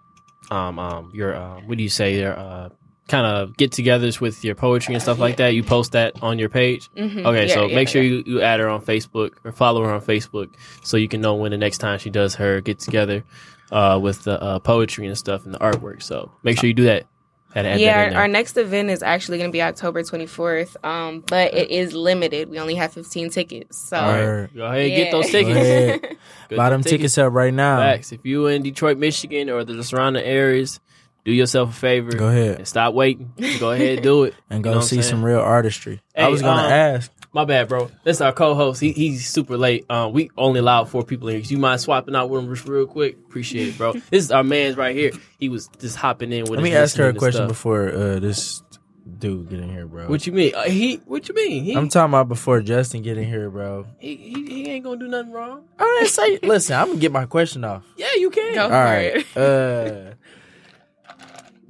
[SPEAKER 2] um um your uh what do you say your uh kind of get togethers with your poetry and stuff like that you post that on your page
[SPEAKER 4] mhm,
[SPEAKER 2] okay
[SPEAKER 4] yeah,
[SPEAKER 2] so
[SPEAKER 4] yeah,
[SPEAKER 2] make sure
[SPEAKER 4] yeah.
[SPEAKER 2] you, you add her on facebook or follow her on facebook so you can know when the next time she does her get together uh with the uh, poetry and stuff and the artwork so make sure you do that Had to add that in
[SPEAKER 4] Yeah,
[SPEAKER 2] there.
[SPEAKER 4] our, our next event is actually going to be October 24th, um, but it is limited. We only have 15 tickets. So,
[SPEAKER 2] all
[SPEAKER 3] Alright.
[SPEAKER 2] right go ahead and get
[SPEAKER 4] yeah.
[SPEAKER 2] those tickets
[SPEAKER 3] ahead.
[SPEAKER 2] Get
[SPEAKER 3] buy
[SPEAKER 2] the
[SPEAKER 3] them tickets up right now
[SPEAKER 2] Facts. If you in Detroit, Michigan, or the surrounding areas, do yourself a favor.
[SPEAKER 3] Go ahead.
[SPEAKER 2] and stop waiting. Go ahead, do it.
[SPEAKER 3] and
[SPEAKER 2] You
[SPEAKER 3] go
[SPEAKER 2] know what
[SPEAKER 3] see
[SPEAKER 2] I'm
[SPEAKER 3] some
[SPEAKER 2] saying?
[SPEAKER 3] real artistry. I
[SPEAKER 2] Hey,
[SPEAKER 3] was gonna
[SPEAKER 2] um,
[SPEAKER 3] ask.
[SPEAKER 2] My bad, bro. That's our co-host. He, he's super late. Um, we only allowed four people in here. You mind swapping out with him just real quick? Appreciate it, bro. this is our man's right here. He was just hopping in with.
[SPEAKER 3] Let
[SPEAKER 2] his
[SPEAKER 3] me ask
[SPEAKER 2] listening
[SPEAKER 3] her a
[SPEAKER 2] and
[SPEAKER 3] question
[SPEAKER 2] stuff.
[SPEAKER 3] before uh, this dude get in here, bro.
[SPEAKER 2] What you mean? Uh, he? What you mean? He,
[SPEAKER 3] I'm talking about before Justin get in here, bro.
[SPEAKER 2] he, he he ain't gonna do nothing wrong.
[SPEAKER 3] I didn't say. listen, I'm gonna get my question off.
[SPEAKER 2] Yeah, you can.
[SPEAKER 4] Go.
[SPEAKER 3] All right. Uh,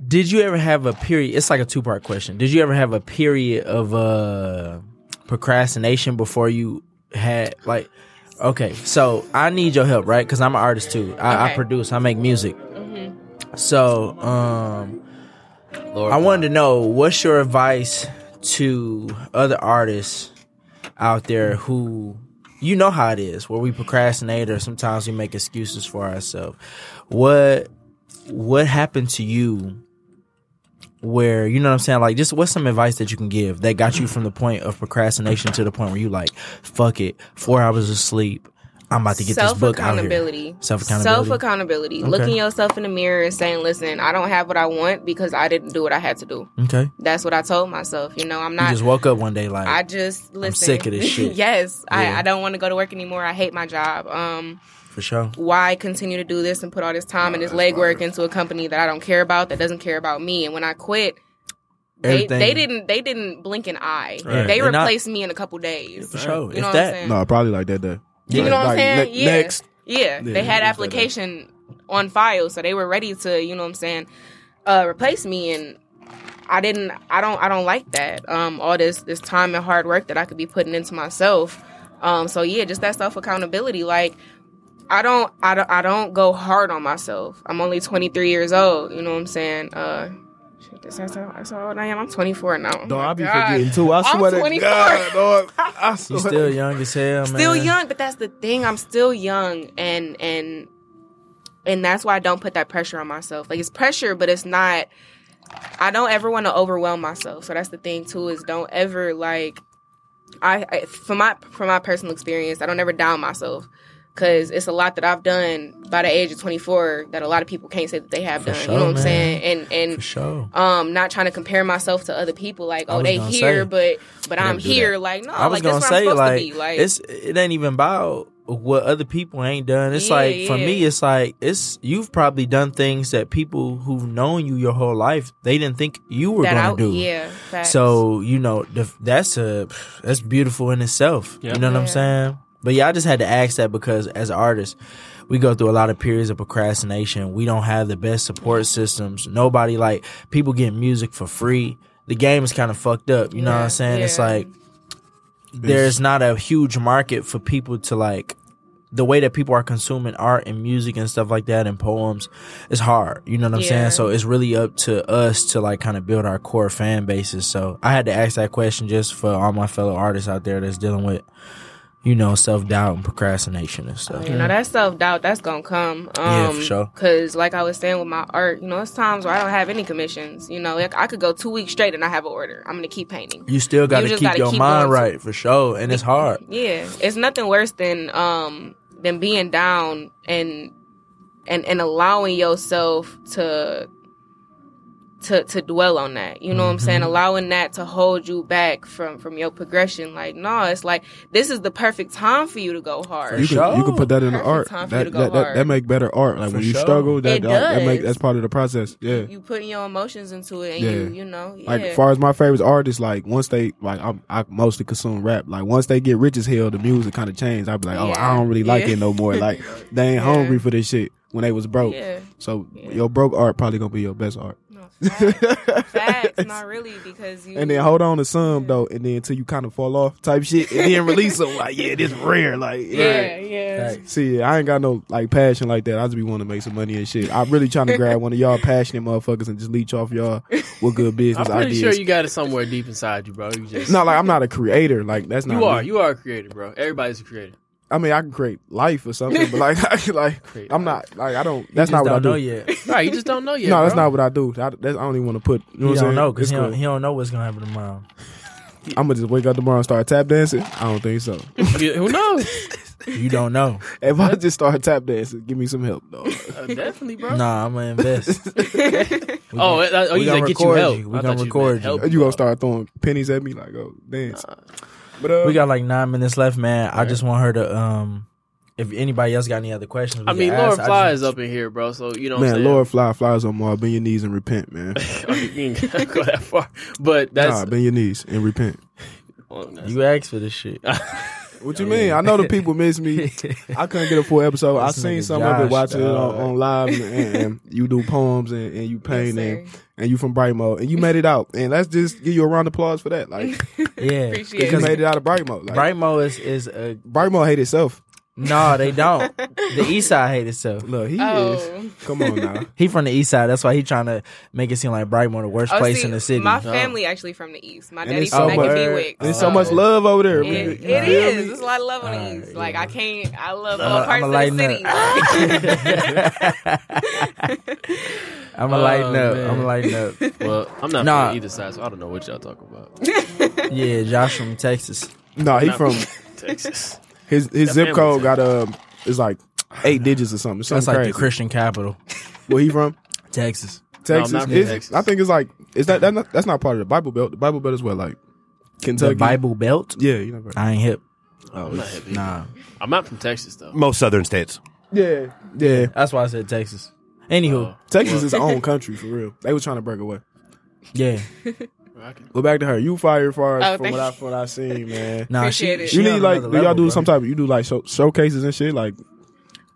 [SPEAKER 3] did you ever have a period? It's like a two part question. Did you ever have a period of uh, procrastination before you had like? Okay, so I need your help, right? Because I'm an artist too. I, I
[SPEAKER 4] Okay.
[SPEAKER 3] produce. I make music.
[SPEAKER 4] Mhm.
[SPEAKER 3] Mm-hmm. So um,
[SPEAKER 2] Lord,
[SPEAKER 3] I wanted to know what's your advice to other artists out there who you know how it is, where we procrastinate or sometimes we make excuses for ourselves. What what happened to you where you know what I'm saying? Like just what's some advice that you can give that got you from the point of procrastination to the point where you like, fuck it, four hours of sleep. I'm about to get this
[SPEAKER 4] Self
[SPEAKER 3] book out here.
[SPEAKER 4] accountability.
[SPEAKER 3] Self-accountability.
[SPEAKER 4] Self accountability.
[SPEAKER 3] Okay.
[SPEAKER 4] Looking yourself in the mirror and saying, "Listen, I don't have what I want because I didn't do what I had to do."
[SPEAKER 3] Okay.
[SPEAKER 4] That's what I told myself. You know, I'm
[SPEAKER 3] You
[SPEAKER 4] not.
[SPEAKER 3] just woke up one day like
[SPEAKER 4] I just listen.
[SPEAKER 3] sick of this shit.
[SPEAKER 4] yes,
[SPEAKER 3] Yeah.
[SPEAKER 4] I, I don't want to go to work anymore. I hate my job. Um,
[SPEAKER 3] for sure.
[SPEAKER 4] why continue to do this and put all this time and this legwork into a company that I don't care about, that doesn't care about me? And when I quit, they,
[SPEAKER 3] Everything
[SPEAKER 4] they didn't they didn't blink an eye.
[SPEAKER 3] Right.
[SPEAKER 4] They
[SPEAKER 3] And not-
[SPEAKER 4] replaced me in a couple days.
[SPEAKER 3] for sure.
[SPEAKER 4] You know
[SPEAKER 3] if
[SPEAKER 4] what I'm
[SPEAKER 3] that
[SPEAKER 4] saying?
[SPEAKER 6] No, probably like that day.
[SPEAKER 4] You
[SPEAKER 6] Like-
[SPEAKER 4] know what I'm
[SPEAKER 6] like,
[SPEAKER 4] saying?
[SPEAKER 6] ne-
[SPEAKER 4] Yeah.
[SPEAKER 6] Next,
[SPEAKER 4] Yeah,
[SPEAKER 6] Yeah,
[SPEAKER 4] they
[SPEAKER 6] it
[SPEAKER 4] had
[SPEAKER 6] was like
[SPEAKER 4] application on file, so they were ready to, you know what I'm saying, uh, replace me and I didn't I don't I don't like that. Um all this this time and hard work that I could be putting into myself. Um so yeah, just that self accountability like I don't I don't I don't go hard on myself. I'm only 23 years old, you know what I'm saying? Uh shit, that's how, that's how old I am. I'm 24 now.
[SPEAKER 6] no,
[SPEAKER 4] Oh my
[SPEAKER 6] I be
[SPEAKER 4] God.
[SPEAKER 6] forgetting too. I
[SPEAKER 4] I'm
[SPEAKER 6] swear to
[SPEAKER 4] 24.
[SPEAKER 6] God, dog. I
[SPEAKER 3] you
[SPEAKER 6] swear.
[SPEAKER 3] still young as hell, man.
[SPEAKER 4] still young but that's the thing i'm still young and and and that's why i don't put that pressure on myself like it's pressure but it's not i don't ever want to overwhelm myself so that's the thing too is don't ever like i, I from my from my personal experience i don't ever down myself because it's a lot that i've done by the age of 24 that a lot of people can't say that they have
[SPEAKER 3] For
[SPEAKER 4] done
[SPEAKER 3] sure,
[SPEAKER 4] you know what
[SPEAKER 3] man.
[SPEAKER 4] i'm saying and and
[SPEAKER 3] For sure.
[SPEAKER 4] um not trying to compare myself to other people like
[SPEAKER 3] I
[SPEAKER 4] oh
[SPEAKER 3] was
[SPEAKER 4] they
[SPEAKER 3] gonna
[SPEAKER 4] here
[SPEAKER 3] say.
[SPEAKER 4] but but i'm
[SPEAKER 3] never do
[SPEAKER 4] here like no
[SPEAKER 3] I was
[SPEAKER 4] like this
[SPEAKER 3] gonna
[SPEAKER 4] is where i'm
[SPEAKER 3] say
[SPEAKER 4] supposed
[SPEAKER 3] like,
[SPEAKER 4] to be like
[SPEAKER 3] it's it ain't even about what other people ain't done. It's
[SPEAKER 4] Yeah,
[SPEAKER 3] like for
[SPEAKER 4] yeah.
[SPEAKER 3] me, it's like it's you've probably done things that people who've known you your whole life they didn't think you were
[SPEAKER 4] that
[SPEAKER 3] gonna
[SPEAKER 4] I-
[SPEAKER 3] do.
[SPEAKER 4] Yeah. Facts.
[SPEAKER 3] So you know the, that's a that's beautiful in itself.
[SPEAKER 2] Yeah.
[SPEAKER 3] You know what I'm
[SPEAKER 4] Yeah.
[SPEAKER 3] saying? But yeah, I just had to ask that because as artists, we go through a lot of periods of procrastination. We don't have the best support systems. Nobody like people get music for free. The game is kind of fucked up. You know what
[SPEAKER 4] Yeah,
[SPEAKER 3] I'm saying? It's
[SPEAKER 4] yeah.
[SPEAKER 3] like there's not a huge market for people to like the way that people are consuming art and music and stuff like that and poems is hard. You know what I'm
[SPEAKER 4] Yeah.
[SPEAKER 3] saying? So it's really up to us to like kind of build our core fan bases. So I had to ask that question just for all my fellow artists out there that's dealing with, you know, self doubt and procrastination and stuff.
[SPEAKER 4] You know that self doubt that's gonna come. Um,
[SPEAKER 3] Yeah, for sure.
[SPEAKER 4] Cause like I was saying with my art, you know, it's times where I don't have any commissions. You know, like I could go two weeks straight and I have an order. I'm gonna keep painting.
[SPEAKER 3] You still got to
[SPEAKER 4] You just
[SPEAKER 3] keep
[SPEAKER 4] gotta
[SPEAKER 3] your
[SPEAKER 4] keep
[SPEAKER 3] mind
[SPEAKER 4] going to-
[SPEAKER 3] right for sure, and it's hard.
[SPEAKER 4] Yeah, it's nothing worse than um than being down and and and allowing yourself to to to dwell on that. You know what I'm saying?
[SPEAKER 3] Mm-hmm.
[SPEAKER 4] Allowing that to hold you back from from your progression. Like, no, it's like this is the perfect time for you to go hard.
[SPEAKER 6] You can, you can put that in the
[SPEAKER 4] Perfect
[SPEAKER 6] art.
[SPEAKER 4] time for
[SPEAKER 6] That,
[SPEAKER 4] you to
[SPEAKER 6] that,
[SPEAKER 4] go
[SPEAKER 6] that, that,
[SPEAKER 4] hard.
[SPEAKER 6] make better art. Like
[SPEAKER 3] For
[SPEAKER 6] when you
[SPEAKER 3] sure.
[SPEAKER 6] struggle, that,
[SPEAKER 4] It
[SPEAKER 6] that, that make
[SPEAKER 4] does.
[SPEAKER 6] that's part of the process. Yeah.
[SPEAKER 4] you putting your emotions into it and
[SPEAKER 6] Yeah.
[SPEAKER 4] you you know yeah.
[SPEAKER 6] Like far as my favorite artists, like once they like I'm, I mostly consume rap. Like once they get rich as hell, the music kind of changed. I'd be like, oh,
[SPEAKER 4] Yeah.
[SPEAKER 6] I don't really like
[SPEAKER 4] Yeah.
[SPEAKER 6] it no more. Like they ain't
[SPEAKER 4] Yeah.
[SPEAKER 6] hungry for this shit when they was broke.
[SPEAKER 4] yeah
[SPEAKER 6] So
[SPEAKER 4] Yeah.
[SPEAKER 6] your broke art probably gonna be your best art.
[SPEAKER 4] no, facts. facts not really because you
[SPEAKER 6] And then hold on to some though, and then until you kind of fall off type shit, and then release them. Like yeah, this rare. Like
[SPEAKER 4] yeah yeah
[SPEAKER 6] See, I ain't got no like passion like that. I just be wanting to make some money and shit. I'm really trying to grab one of y'all passionate motherfuckers and just leech off y'all with good
[SPEAKER 2] I'm
[SPEAKER 6] business
[SPEAKER 2] pretty
[SPEAKER 6] ideas.
[SPEAKER 2] sure you got it somewhere deep inside you, bro. You just
[SPEAKER 6] no, like I'm not a creator. Like that's not.
[SPEAKER 2] you are
[SPEAKER 6] me.
[SPEAKER 2] you are a creator, bro. Everybody's a creator.
[SPEAKER 6] I mean, I can create life or something, but like, I, like
[SPEAKER 2] Create
[SPEAKER 6] I'm not. Like I don't. That's not what I
[SPEAKER 3] don't
[SPEAKER 6] do.
[SPEAKER 3] know yet.
[SPEAKER 2] Right, you just don't know yet.
[SPEAKER 6] no, that's
[SPEAKER 2] bro.
[SPEAKER 6] not what I do. I, that's, I don't even want to put. You know
[SPEAKER 3] You
[SPEAKER 6] what I'm
[SPEAKER 3] don't
[SPEAKER 6] saying?
[SPEAKER 3] know because
[SPEAKER 6] It's
[SPEAKER 3] he, don't-
[SPEAKER 6] cool.
[SPEAKER 3] he don't know what's gonna happen tomorrow.
[SPEAKER 6] I'm gonna just wake up tomorrow and start tap dancing. I don't think so.
[SPEAKER 2] Yeah, who knows?
[SPEAKER 3] You don't know.
[SPEAKER 6] if I just start tap dancing, give me some help, though.
[SPEAKER 2] Uh, definitely, bro.
[SPEAKER 3] nah, I'm gonna invest. We
[SPEAKER 2] Oh,
[SPEAKER 3] gonna-
[SPEAKER 2] uh, oh,
[SPEAKER 3] we
[SPEAKER 2] you gonna get
[SPEAKER 3] gonna
[SPEAKER 2] you
[SPEAKER 3] record
[SPEAKER 2] help?
[SPEAKER 3] you. We
[SPEAKER 2] I
[SPEAKER 3] gonna
[SPEAKER 2] thought you
[SPEAKER 3] record
[SPEAKER 2] meant
[SPEAKER 3] you.
[SPEAKER 2] help,
[SPEAKER 6] you
[SPEAKER 2] bro.
[SPEAKER 6] gonna start throwing pennies at me like, oh, dance. But uh,
[SPEAKER 3] We got like nine minutes left, man. I just want her to. um If anybody else got any other questions, we
[SPEAKER 2] I
[SPEAKER 3] can
[SPEAKER 2] mean,
[SPEAKER 3] ask.
[SPEAKER 2] Laura
[SPEAKER 3] I
[SPEAKER 2] Fly
[SPEAKER 3] just-
[SPEAKER 2] is up in here, bro. So you know, what
[SPEAKER 6] man,
[SPEAKER 2] I'm
[SPEAKER 6] Lord fly flies on Mars. Bend your knees and repent, man.
[SPEAKER 2] saying? you ain't gotta go that far, but that's
[SPEAKER 6] nah, bend your knees and repent.
[SPEAKER 2] well, that's-
[SPEAKER 3] You asked for this shit.
[SPEAKER 6] What you
[SPEAKER 4] Oh,
[SPEAKER 6] mean? I know the people miss me. I couldn't get a full episode. I
[SPEAKER 3] This
[SPEAKER 6] seen
[SPEAKER 3] nigga
[SPEAKER 6] some of it
[SPEAKER 3] Josh,
[SPEAKER 6] watching it on,
[SPEAKER 3] dog.
[SPEAKER 6] on live, and, and, and you do poems and, and
[SPEAKER 4] Yes,
[SPEAKER 6] you paint
[SPEAKER 4] sir.
[SPEAKER 6] and, and you from Bright Mode and you made it out. And let's just give you a round of applause for that. Like
[SPEAKER 3] yeah,
[SPEAKER 4] Appreciate
[SPEAKER 6] because you
[SPEAKER 4] it.
[SPEAKER 6] made it out of Bright Mode. Like, Bright
[SPEAKER 3] Brightmo is is a
[SPEAKER 6] Mode hate itself.
[SPEAKER 3] no. They don't. The East Side hate itself.
[SPEAKER 6] Look, he is.
[SPEAKER 4] Oh.
[SPEAKER 6] Come on now.
[SPEAKER 3] He from the East Side. That's why he trying to make it seem like Brightmo the worst
[SPEAKER 4] Oh,
[SPEAKER 3] place
[SPEAKER 4] see,
[SPEAKER 3] in the city.
[SPEAKER 4] My
[SPEAKER 3] No.
[SPEAKER 4] family actually from the east. My
[SPEAKER 6] And
[SPEAKER 4] daddy
[SPEAKER 6] it's
[SPEAKER 4] from
[SPEAKER 6] so
[SPEAKER 4] Macon
[SPEAKER 6] much-
[SPEAKER 4] Bewick.
[SPEAKER 6] There's
[SPEAKER 3] Uh,
[SPEAKER 6] so much love over there.
[SPEAKER 4] Oh. It,
[SPEAKER 6] We-
[SPEAKER 4] it is.
[SPEAKER 6] you feel me?
[SPEAKER 4] There's a lot of love on the east. Like I can't. I love all
[SPEAKER 3] I'ma-
[SPEAKER 4] parts
[SPEAKER 3] I'ma
[SPEAKER 4] of the
[SPEAKER 3] lighten
[SPEAKER 4] city.
[SPEAKER 3] I'm gonna lighten
[SPEAKER 2] Oh,
[SPEAKER 3] up.
[SPEAKER 2] man.
[SPEAKER 3] I'm gonna lighten up.
[SPEAKER 2] well, I'm not
[SPEAKER 3] Nah.
[SPEAKER 2] from either side, so I don't know what y'all talking about.
[SPEAKER 3] Yeah, Josh from Texas.
[SPEAKER 6] No, he
[SPEAKER 2] Not
[SPEAKER 6] from
[SPEAKER 2] Texas.
[SPEAKER 6] his his
[SPEAKER 2] That
[SPEAKER 6] zip
[SPEAKER 2] family
[SPEAKER 6] code
[SPEAKER 2] said-
[SPEAKER 6] got um it's like eight digits or something. It's
[SPEAKER 3] That's
[SPEAKER 6] something
[SPEAKER 3] like the
[SPEAKER 6] crazy.
[SPEAKER 3] Christian capital,
[SPEAKER 6] Where he from?
[SPEAKER 3] Texas.
[SPEAKER 6] Texas.
[SPEAKER 2] not from
[SPEAKER 6] It's-
[SPEAKER 2] Texas.
[SPEAKER 6] I think it's like is that, that not, that's not part of the Bible Belt. The Bible Belt is what like Kentucky.
[SPEAKER 3] The Bible Belt.
[SPEAKER 6] Yeah, Oh, you know.
[SPEAKER 3] I ain't hip.
[SPEAKER 2] I'm not, hippie.
[SPEAKER 3] Nah,
[SPEAKER 2] I'm not from Texas though.
[SPEAKER 5] Most southern states.
[SPEAKER 6] Yeah, yeah.
[SPEAKER 3] that's why I said Texas. Anywho,
[SPEAKER 4] Oh.
[SPEAKER 2] Uh,
[SPEAKER 6] Texas is its own country for real. They was trying to break away.
[SPEAKER 3] yeah.
[SPEAKER 2] I can-
[SPEAKER 6] But back to her. You fire far
[SPEAKER 4] Oh,
[SPEAKER 6] as from
[SPEAKER 4] thank
[SPEAKER 6] what I
[SPEAKER 4] you.
[SPEAKER 6] from what I seen, man.
[SPEAKER 3] Nah, she,
[SPEAKER 4] Appreciate it.
[SPEAKER 3] she
[SPEAKER 6] You
[SPEAKER 3] on
[SPEAKER 6] need like
[SPEAKER 3] another
[SPEAKER 6] do y'all
[SPEAKER 3] level,
[SPEAKER 6] do
[SPEAKER 3] bro.
[SPEAKER 6] some type of you do like show, showcases and shit like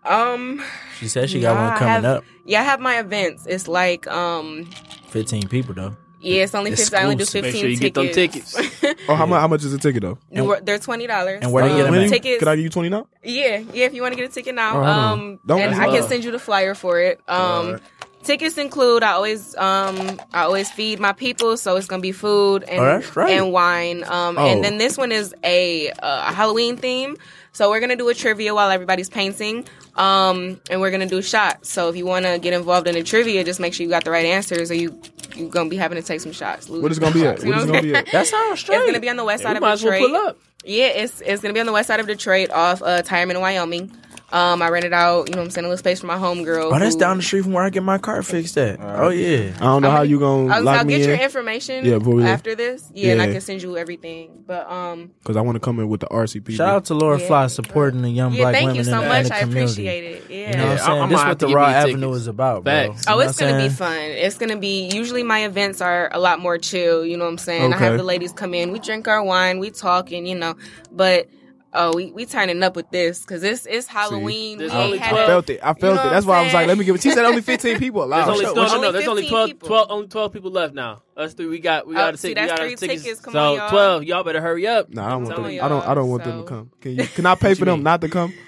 [SPEAKER 4] um.
[SPEAKER 3] She said she got
[SPEAKER 4] no, I
[SPEAKER 3] one coming
[SPEAKER 4] have-
[SPEAKER 3] up.
[SPEAKER 4] Yeah, I have my events. It's like um.
[SPEAKER 3] Fifteen people though.
[SPEAKER 4] Yeah, it's only fifteen. I only do
[SPEAKER 3] Exclusive.
[SPEAKER 4] fifteen
[SPEAKER 2] Make sure you get them
[SPEAKER 4] tickets.
[SPEAKER 6] Oh how much how much is a ticket though? Uh,
[SPEAKER 4] They were- They're twenty dollars.
[SPEAKER 3] And where they
[SPEAKER 4] um,
[SPEAKER 3] get 'em at?
[SPEAKER 4] Tickets.
[SPEAKER 6] Could I give you twenty now?
[SPEAKER 4] Yeah, yeah. If you want to get a ticket now,
[SPEAKER 6] Oh, hold on.
[SPEAKER 4] um,
[SPEAKER 6] Don't-
[SPEAKER 4] and
[SPEAKER 6] That's
[SPEAKER 4] I can
[SPEAKER 2] love.
[SPEAKER 4] send you the flyer for it. Um,
[SPEAKER 6] Alright.
[SPEAKER 4] tickets include. I always, um, I always feed my people, so it's gonna be food and
[SPEAKER 3] Oh, that's right.
[SPEAKER 4] and wine. Um,
[SPEAKER 3] Oh.
[SPEAKER 4] and then this one is a uh, Halloween theme, so we're gonna do a trivia while everybody's painting. Um, and we're gonna do shots. So if you want to get involved in the trivia, just make sure you got the right answers, or you you gonna be having to take some shots.
[SPEAKER 6] What is it gonna be at? What is it gonna be at?
[SPEAKER 3] That sounds straight.
[SPEAKER 4] It's gonna be on the west
[SPEAKER 2] Yeah,
[SPEAKER 4] side
[SPEAKER 2] we
[SPEAKER 4] of
[SPEAKER 2] might as well
[SPEAKER 4] Detroit.
[SPEAKER 2] pull up.
[SPEAKER 4] Yeah, it's it's gonna be on the west side of Detroit, off uh, Tireman, Wyoming. Um, I rented out, you know, what I'm saying a little space for my homegirl.
[SPEAKER 3] Oh, that's
[SPEAKER 4] who-
[SPEAKER 3] down the street from where I get my car fixed at. Oh yeah.
[SPEAKER 2] Uh,
[SPEAKER 6] I don't know how you gonna
[SPEAKER 4] I'll,
[SPEAKER 6] lock
[SPEAKER 4] I'll
[SPEAKER 6] me
[SPEAKER 4] get your
[SPEAKER 6] in
[SPEAKER 4] information
[SPEAKER 6] Yeah, before we-
[SPEAKER 4] after this. Yeah, and I
[SPEAKER 6] Yeah.
[SPEAKER 4] can send you everything. But um,
[SPEAKER 6] because I want to come in with the RCP.
[SPEAKER 3] Shout out to Laura
[SPEAKER 4] Yeah.
[SPEAKER 3] Fly supporting the young
[SPEAKER 4] yeah,
[SPEAKER 3] black
[SPEAKER 4] thank
[SPEAKER 3] women
[SPEAKER 4] you so
[SPEAKER 3] in, the, in
[SPEAKER 4] much.
[SPEAKER 3] the
[SPEAKER 4] I
[SPEAKER 3] community.
[SPEAKER 4] appreciate it. Yeah.
[SPEAKER 3] You know what
[SPEAKER 2] Yeah,
[SPEAKER 3] I'm saying?
[SPEAKER 2] I'm
[SPEAKER 3] this
[SPEAKER 2] gonna
[SPEAKER 3] what
[SPEAKER 2] have to
[SPEAKER 3] the
[SPEAKER 2] give
[SPEAKER 3] Raw
[SPEAKER 2] you
[SPEAKER 3] Avenue
[SPEAKER 2] tickets.
[SPEAKER 3] is about,
[SPEAKER 2] Facts.
[SPEAKER 3] bro.
[SPEAKER 4] Oh,
[SPEAKER 3] You know
[SPEAKER 4] it's
[SPEAKER 3] what I'm
[SPEAKER 4] gonna be
[SPEAKER 3] saying?
[SPEAKER 4] fun. It's gonna be usually my events are a lot more chill. You know what I'm saying? I
[SPEAKER 6] Okay.
[SPEAKER 4] have the ladies come in, we drink our wine, we talk, and you know, but oh, we we turning up with this because it's it's Halloween.
[SPEAKER 2] There's
[SPEAKER 4] we ain't
[SPEAKER 2] only
[SPEAKER 4] had
[SPEAKER 6] I
[SPEAKER 4] a-
[SPEAKER 6] felt it. I
[SPEAKER 4] You
[SPEAKER 6] felt
[SPEAKER 4] know
[SPEAKER 6] it.
[SPEAKER 4] what
[SPEAKER 6] That's
[SPEAKER 4] I'm
[SPEAKER 6] why I was like,
[SPEAKER 4] saying?
[SPEAKER 6] let me give it. She said only fifteen people
[SPEAKER 2] There's
[SPEAKER 6] allowed.
[SPEAKER 2] only,
[SPEAKER 6] Sure.
[SPEAKER 2] no, no, no,
[SPEAKER 4] Only
[SPEAKER 2] There's only
[SPEAKER 4] 15
[SPEAKER 2] 12,
[SPEAKER 4] people.
[SPEAKER 2] 12 only 12 people left now. Us three, we got, we
[SPEAKER 4] Oh,
[SPEAKER 2] got to
[SPEAKER 4] see,
[SPEAKER 2] take, we
[SPEAKER 4] that's
[SPEAKER 2] got our
[SPEAKER 4] three
[SPEAKER 2] tickets.
[SPEAKER 4] tickets. Come
[SPEAKER 2] so
[SPEAKER 4] on, y'all.
[SPEAKER 2] 12, y'all better hurry up.
[SPEAKER 6] Nah, I don't want
[SPEAKER 4] telling
[SPEAKER 6] them. I don't. I don't want them
[SPEAKER 4] y'all,
[SPEAKER 6] to come. Can you? Can I pay for them not to come?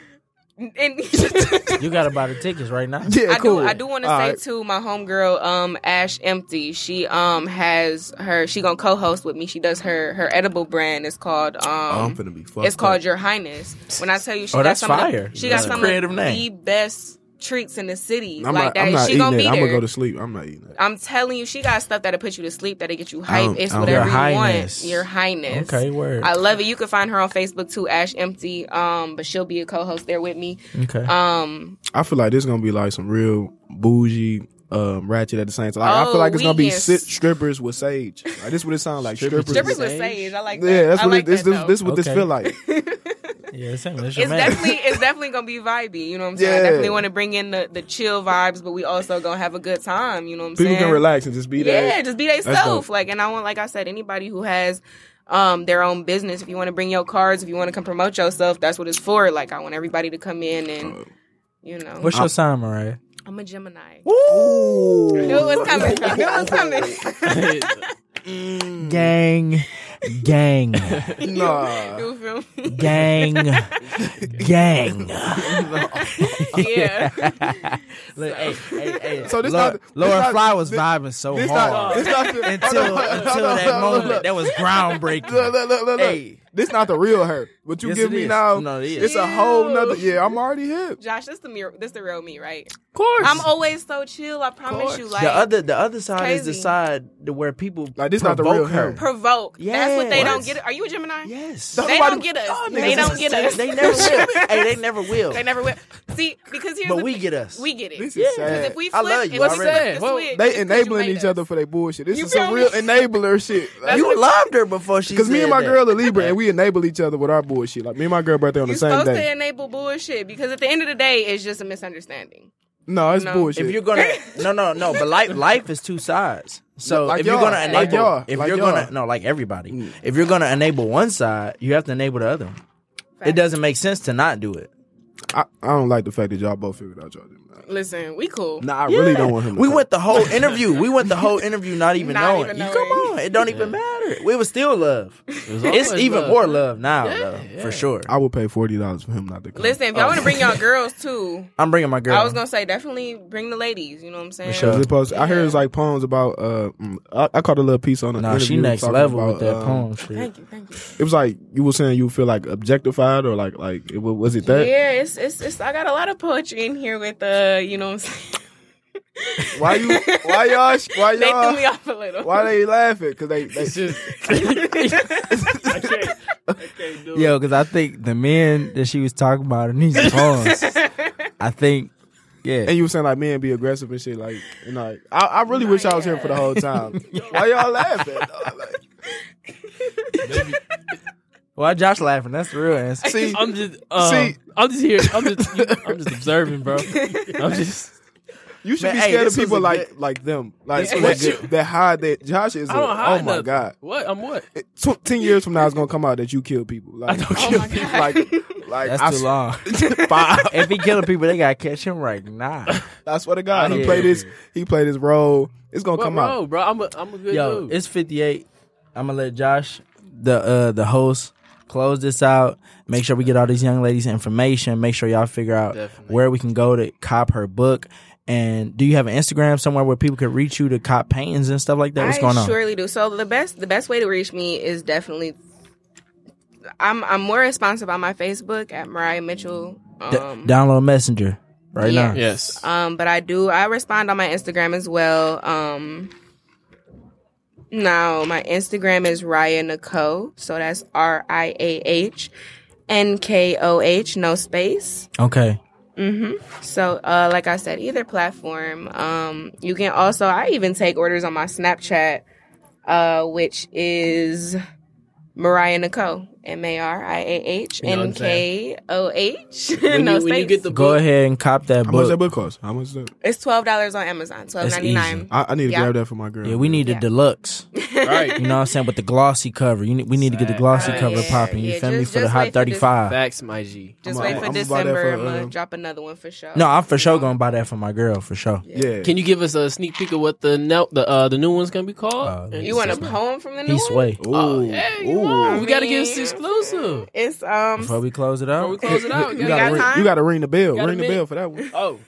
[SPEAKER 4] And-
[SPEAKER 3] You gotta buy the tickets right now.
[SPEAKER 6] Yeah,
[SPEAKER 4] I
[SPEAKER 6] cool.
[SPEAKER 4] do. I do want to
[SPEAKER 6] All
[SPEAKER 4] say
[SPEAKER 6] right.
[SPEAKER 4] too, my homegirl, um, Ash Empty. She um has her. She gonna co-host with me. She does her her edible brand. It's called um.
[SPEAKER 6] I'm finna be fucked.
[SPEAKER 4] it's called
[SPEAKER 6] up.
[SPEAKER 4] Your Highness. When I tell you, she
[SPEAKER 3] Oh,
[SPEAKER 4] got
[SPEAKER 3] that's
[SPEAKER 4] some of the-
[SPEAKER 3] fire.
[SPEAKER 4] she
[SPEAKER 3] That's
[SPEAKER 4] got
[SPEAKER 3] a
[SPEAKER 4] some
[SPEAKER 3] creative
[SPEAKER 4] of
[SPEAKER 3] name.
[SPEAKER 4] the best treats in the city.
[SPEAKER 6] I'm
[SPEAKER 4] like
[SPEAKER 6] not.
[SPEAKER 4] that.
[SPEAKER 6] I'm not
[SPEAKER 4] she gonna
[SPEAKER 6] eating
[SPEAKER 4] be
[SPEAKER 6] it. I'm
[SPEAKER 4] there.
[SPEAKER 6] gonna go to sleep. I'm not eating it.
[SPEAKER 4] I'm telling you, she got stuff that'll put you to sleep, that'll get you
[SPEAKER 6] I
[SPEAKER 4] hype.
[SPEAKER 6] don't-
[SPEAKER 4] It's
[SPEAKER 6] I don't-
[SPEAKER 4] whatever
[SPEAKER 3] Your
[SPEAKER 4] you
[SPEAKER 3] Highness.
[SPEAKER 4] want. Your highness.
[SPEAKER 3] Okay, word.
[SPEAKER 4] I love it. You can find her on Facebook too, Ash Empty. Um, but she'll be a co-host there with me.
[SPEAKER 3] Okay.
[SPEAKER 4] Um,
[SPEAKER 6] I feel like this is gonna be like some real bougie, um, ratchet at the same time. Like, I feel
[SPEAKER 4] Oh,
[SPEAKER 6] like it's gonna
[SPEAKER 4] we
[SPEAKER 6] be
[SPEAKER 4] is-
[SPEAKER 6] sit strippers with sage. Like, this is what it sounds like. Strippers.
[SPEAKER 4] strippers
[SPEAKER 2] with
[SPEAKER 4] with sage. I like that.
[SPEAKER 6] Yeah, that's
[SPEAKER 4] I
[SPEAKER 6] what
[SPEAKER 4] like
[SPEAKER 6] it, this,
[SPEAKER 4] that,
[SPEAKER 6] this,
[SPEAKER 4] though.
[SPEAKER 6] this is what this
[SPEAKER 3] Okay.
[SPEAKER 6] feel like.
[SPEAKER 3] yeah, it's him. It's your man.
[SPEAKER 4] it's definitely it's definitely gonna be vibey. You know what I'm saying?
[SPEAKER 6] Yeah.
[SPEAKER 4] I definitely want to bring in the, the chill vibes, but we also gonna have a good time. You know what I'm
[SPEAKER 6] People
[SPEAKER 4] saying?
[SPEAKER 6] can relax and just be there.
[SPEAKER 4] Yeah, just be
[SPEAKER 6] That's
[SPEAKER 4] themselves.
[SPEAKER 6] dope.
[SPEAKER 4] Like, and I want, like I said, anybody who has um their own business. If you want to bring your cards, if you want to come promote yourself, that's what it's for. Like, I want everybody to come in
[SPEAKER 6] Uh,
[SPEAKER 4] and you know,
[SPEAKER 3] What's
[SPEAKER 2] Uh,
[SPEAKER 3] your sign, Mariah?
[SPEAKER 4] I'm a Gemini. Woo! Knew it was coming. I knew it was coming.
[SPEAKER 3] Mm. Gang, gang,
[SPEAKER 6] Nah.
[SPEAKER 4] you feel me?
[SPEAKER 3] gang, gang.
[SPEAKER 4] Yeah.
[SPEAKER 3] Look, hey, hey, hey.
[SPEAKER 6] So this
[SPEAKER 3] Laura,
[SPEAKER 6] not-
[SPEAKER 3] Laura
[SPEAKER 6] this not-
[SPEAKER 3] Fly was
[SPEAKER 6] this-
[SPEAKER 3] vibing so
[SPEAKER 6] This not,
[SPEAKER 3] hard
[SPEAKER 6] this not the,
[SPEAKER 3] until
[SPEAKER 6] hold on, hold
[SPEAKER 3] until
[SPEAKER 6] on,
[SPEAKER 3] that
[SPEAKER 6] hold on,
[SPEAKER 3] moment.
[SPEAKER 6] hold
[SPEAKER 3] That was groundbreaking.
[SPEAKER 6] on. Look, look, look, look, look.
[SPEAKER 3] Hey.
[SPEAKER 6] This not the real her. What you
[SPEAKER 3] Yes,
[SPEAKER 6] give
[SPEAKER 3] it
[SPEAKER 6] me
[SPEAKER 3] is.
[SPEAKER 6] now,
[SPEAKER 3] No, it is.
[SPEAKER 6] it's a whole
[SPEAKER 4] Ew.
[SPEAKER 6] nother. Yeah, I'm already hip.
[SPEAKER 4] Josh, this the mir- this the real me, right?
[SPEAKER 2] Of course.
[SPEAKER 4] I'm always so chill. I promise you, like
[SPEAKER 3] the other, the other side is the
[SPEAKER 4] crazy.
[SPEAKER 3] side to where people
[SPEAKER 6] Like, this not the
[SPEAKER 3] provoke
[SPEAKER 6] real
[SPEAKER 3] her.
[SPEAKER 6] him.
[SPEAKER 4] provoke. That's what they
[SPEAKER 3] Yes.
[SPEAKER 4] don't get. Are you a Gemini?
[SPEAKER 3] Yes.
[SPEAKER 4] They
[SPEAKER 6] Nobody-
[SPEAKER 4] don't get us.
[SPEAKER 6] Y'all
[SPEAKER 4] They
[SPEAKER 6] niggas
[SPEAKER 4] don't
[SPEAKER 6] is
[SPEAKER 4] get us.
[SPEAKER 3] They never will. hey, they never will.
[SPEAKER 4] They never will. See, because here's
[SPEAKER 3] But
[SPEAKER 4] the
[SPEAKER 3] we
[SPEAKER 4] thing.
[SPEAKER 3] get us.
[SPEAKER 4] We get it.
[SPEAKER 6] This is
[SPEAKER 4] Because
[SPEAKER 6] sad.
[SPEAKER 4] if we
[SPEAKER 3] I
[SPEAKER 4] flip,
[SPEAKER 3] love you.
[SPEAKER 4] if we
[SPEAKER 3] I really-
[SPEAKER 4] flip the
[SPEAKER 2] Well,
[SPEAKER 4] switch,
[SPEAKER 6] They
[SPEAKER 4] it's 'cause you
[SPEAKER 6] enabling
[SPEAKER 4] made
[SPEAKER 6] each
[SPEAKER 4] us.
[SPEAKER 6] other for their bullshit. This
[SPEAKER 4] You
[SPEAKER 6] is some
[SPEAKER 4] feel me?
[SPEAKER 6] real enabler shit. Like,
[SPEAKER 3] you loved her before she.
[SPEAKER 6] Cause me and
[SPEAKER 3] said
[SPEAKER 6] my
[SPEAKER 3] that.
[SPEAKER 6] girl are Libra and we we enable each other with our bullshit. Like me and my girl birthday on
[SPEAKER 4] You're
[SPEAKER 6] the same
[SPEAKER 4] supposed
[SPEAKER 6] day.
[SPEAKER 4] to enable bullshit because at the end of the day, it's just a misunderstanding.
[SPEAKER 6] no, it's
[SPEAKER 4] No.
[SPEAKER 6] bullshit.
[SPEAKER 3] If you're gonna no no no, but life life is two sides. So
[SPEAKER 6] Like
[SPEAKER 3] if you're
[SPEAKER 6] y'all,
[SPEAKER 3] gonna enable,
[SPEAKER 6] like y'all,
[SPEAKER 3] if
[SPEAKER 6] like
[SPEAKER 3] you're
[SPEAKER 6] y'all. Mm.
[SPEAKER 3] gonna no like everybody, if you're gonna enable one side, you have to enable the other. one. It
[SPEAKER 4] Fact.
[SPEAKER 3] doesn't make sense to not do it.
[SPEAKER 6] I, I don't like the fact that y'all both figured out y'all didn't. lie.
[SPEAKER 4] Listen, we cool.
[SPEAKER 6] Nah, I really don't want him. To
[SPEAKER 3] We
[SPEAKER 6] come.
[SPEAKER 3] went the whole interview. We went the whole interview not even
[SPEAKER 4] Not
[SPEAKER 3] knowing.
[SPEAKER 4] even
[SPEAKER 3] You-
[SPEAKER 4] knowing.
[SPEAKER 3] Come on, it don't even matter. We was still love.
[SPEAKER 2] was
[SPEAKER 3] It's
[SPEAKER 2] always
[SPEAKER 3] even
[SPEAKER 2] love.
[SPEAKER 3] more love now, though, for sure.
[SPEAKER 6] I would pay forty dollars for him not to come.
[SPEAKER 4] Listen, if y'all want to bring y'all girls too,
[SPEAKER 3] I'm bringing my girl.
[SPEAKER 4] I was gonna say definitely bring the ladies. You know what I'm saying?
[SPEAKER 3] Michelle.
[SPEAKER 6] Is it supposed- I hear it's like poems about. Uh, mm, I, I caught a little piece on. an
[SPEAKER 3] Nah, she
[SPEAKER 6] interview
[SPEAKER 3] next
[SPEAKER 6] talking
[SPEAKER 3] level
[SPEAKER 6] about,
[SPEAKER 3] with that
[SPEAKER 6] um,
[SPEAKER 3] poem shit.
[SPEAKER 4] Thank you, thank you.
[SPEAKER 6] It was like you were saying you feel like objectified or like like it, wa- was it that?
[SPEAKER 4] yeah, it's, it's it's I got a lot of poetry in here with uh, you know what I'm saying?
[SPEAKER 6] Why you? Why y'all? sh- Why
[SPEAKER 4] They threw me
[SPEAKER 6] y'all?
[SPEAKER 4] off a little.
[SPEAKER 6] Why they laughing? Because they, they
[SPEAKER 7] Yo, because I think the men that she was talking about are these pawns. I think, yeah.
[SPEAKER 6] and you were saying like men be aggressive and shit like and like I, I really wish I was here for the whole time. why y'all laughing? dog? Like,
[SPEAKER 7] Why Josh laughing? That's the real answer.
[SPEAKER 6] see,
[SPEAKER 2] I'm just, uh,
[SPEAKER 6] See-
[SPEAKER 2] I'm just here. I'm just, you, I'm just observing, bro. I'm just.
[SPEAKER 6] you should
[SPEAKER 3] Man,
[SPEAKER 6] be
[SPEAKER 3] hey,
[SPEAKER 6] scared
[SPEAKER 3] this was
[SPEAKER 6] of people
[SPEAKER 3] a
[SPEAKER 6] like
[SPEAKER 3] good-
[SPEAKER 6] like them like
[SPEAKER 2] This
[SPEAKER 6] that,
[SPEAKER 2] was a
[SPEAKER 6] that, hide that Josh is. a-
[SPEAKER 2] I don't hide
[SPEAKER 6] oh my
[SPEAKER 2] nothing.
[SPEAKER 6] god.
[SPEAKER 2] What? I'm what?
[SPEAKER 6] Tw- ten years from now, it's gonna come out that you kill people. Like,
[SPEAKER 2] I don't kill people.
[SPEAKER 6] Like, like
[SPEAKER 7] That's
[SPEAKER 6] I,
[SPEAKER 7] too
[SPEAKER 6] s-
[SPEAKER 7] long.
[SPEAKER 6] Five.
[SPEAKER 7] if he killing people, they gotta catch him right now.
[SPEAKER 6] I swear to God, he
[SPEAKER 7] Yeah.
[SPEAKER 6] played his he played his role. It's gonna
[SPEAKER 2] What
[SPEAKER 6] come out.
[SPEAKER 2] bro, bro? I'm a, I'm a good
[SPEAKER 3] Yo,
[SPEAKER 2] dude.
[SPEAKER 3] it's
[SPEAKER 7] It's fifty eight. I'm gonna let Josh, the uh, the host, close this out. Make sure we get all these young ladies information. Make sure y'all figure out
[SPEAKER 2] Definitely.
[SPEAKER 7] where we can go to cop her book. And do you have an Instagram somewhere where people could reach you to cop paintings and stuff like that? What's
[SPEAKER 4] I
[SPEAKER 7] going on?
[SPEAKER 4] surely do. So the best the best way to reach me is definitely I'm I'm more responsive on my Facebook at Mariah Mitchell.
[SPEAKER 7] D-
[SPEAKER 4] Um,
[SPEAKER 7] download Messenger right
[SPEAKER 4] yeah.
[SPEAKER 7] now.
[SPEAKER 2] yes.
[SPEAKER 4] um but I do I respond on my Instagram as well. Um now my Instagram is Raya Nico, so that's R I A H N K O H, no space.
[SPEAKER 7] Okay.
[SPEAKER 4] So, uh, like I said, either platform. Um, you can also, I even take orders on my Snapchat, uh, which is Mariah Nicole, M A R I A H
[SPEAKER 2] You know what
[SPEAKER 4] N
[SPEAKER 2] I'm
[SPEAKER 4] K O H.
[SPEAKER 2] when, you,
[SPEAKER 4] No
[SPEAKER 2] when you
[SPEAKER 4] space.
[SPEAKER 2] get the
[SPEAKER 7] Go
[SPEAKER 2] book,
[SPEAKER 7] ahead and cop that
[SPEAKER 6] How much that
[SPEAKER 7] book.
[SPEAKER 6] book cost? How much? Is that?
[SPEAKER 4] It's twelve dollars on Amazon, twelve ninety nine.
[SPEAKER 6] I, I need to
[SPEAKER 4] Yeah.
[SPEAKER 6] grab that for my girl.
[SPEAKER 7] Yeah, we need
[SPEAKER 4] Yeah.
[SPEAKER 7] the deluxe.
[SPEAKER 2] right?
[SPEAKER 7] You know what I'm saying? With the glossy cover. You need, we need to get the glossy
[SPEAKER 4] Uh,
[SPEAKER 7] cover
[SPEAKER 4] yeah,
[SPEAKER 7] popping. You
[SPEAKER 4] yeah,
[SPEAKER 7] feel me?
[SPEAKER 4] just-
[SPEAKER 7] for the
[SPEAKER 4] just
[SPEAKER 7] Hot
[SPEAKER 4] wait for this
[SPEAKER 7] 35.
[SPEAKER 2] Facts, my G.
[SPEAKER 4] Just
[SPEAKER 6] I'm-
[SPEAKER 4] wait
[SPEAKER 6] I'm-
[SPEAKER 4] for
[SPEAKER 6] I'm about
[SPEAKER 4] December.
[SPEAKER 6] there for,
[SPEAKER 4] I'm gonna
[SPEAKER 6] uh,
[SPEAKER 4] drop another one for sure.
[SPEAKER 7] No, I'm for sure gonna buy that for my girl for sure.
[SPEAKER 6] Yeah.
[SPEAKER 2] Can you give us a sneak peek of what the no, the uh, the new one's gonna be called?
[SPEAKER 7] Uh,
[SPEAKER 2] And-
[SPEAKER 4] You want a poem from the new
[SPEAKER 7] He
[SPEAKER 4] one?
[SPEAKER 7] sway.
[SPEAKER 2] Oh,
[SPEAKER 6] Ooh.
[SPEAKER 2] yeah, you
[SPEAKER 6] Ooh.
[SPEAKER 2] want. We gotta
[SPEAKER 4] I
[SPEAKER 2] give us
[SPEAKER 4] mean-
[SPEAKER 2] exclusive.
[SPEAKER 4] It's um.
[SPEAKER 7] Before we close it out,
[SPEAKER 2] Before we close it out,
[SPEAKER 6] You
[SPEAKER 4] got
[SPEAKER 6] gotta, ring,
[SPEAKER 4] time?
[SPEAKER 6] you gotta ring the bell.
[SPEAKER 2] Got a
[SPEAKER 6] Ring the
[SPEAKER 2] minute?
[SPEAKER 6] bell for that one.
[SPEAKER 2] Oh,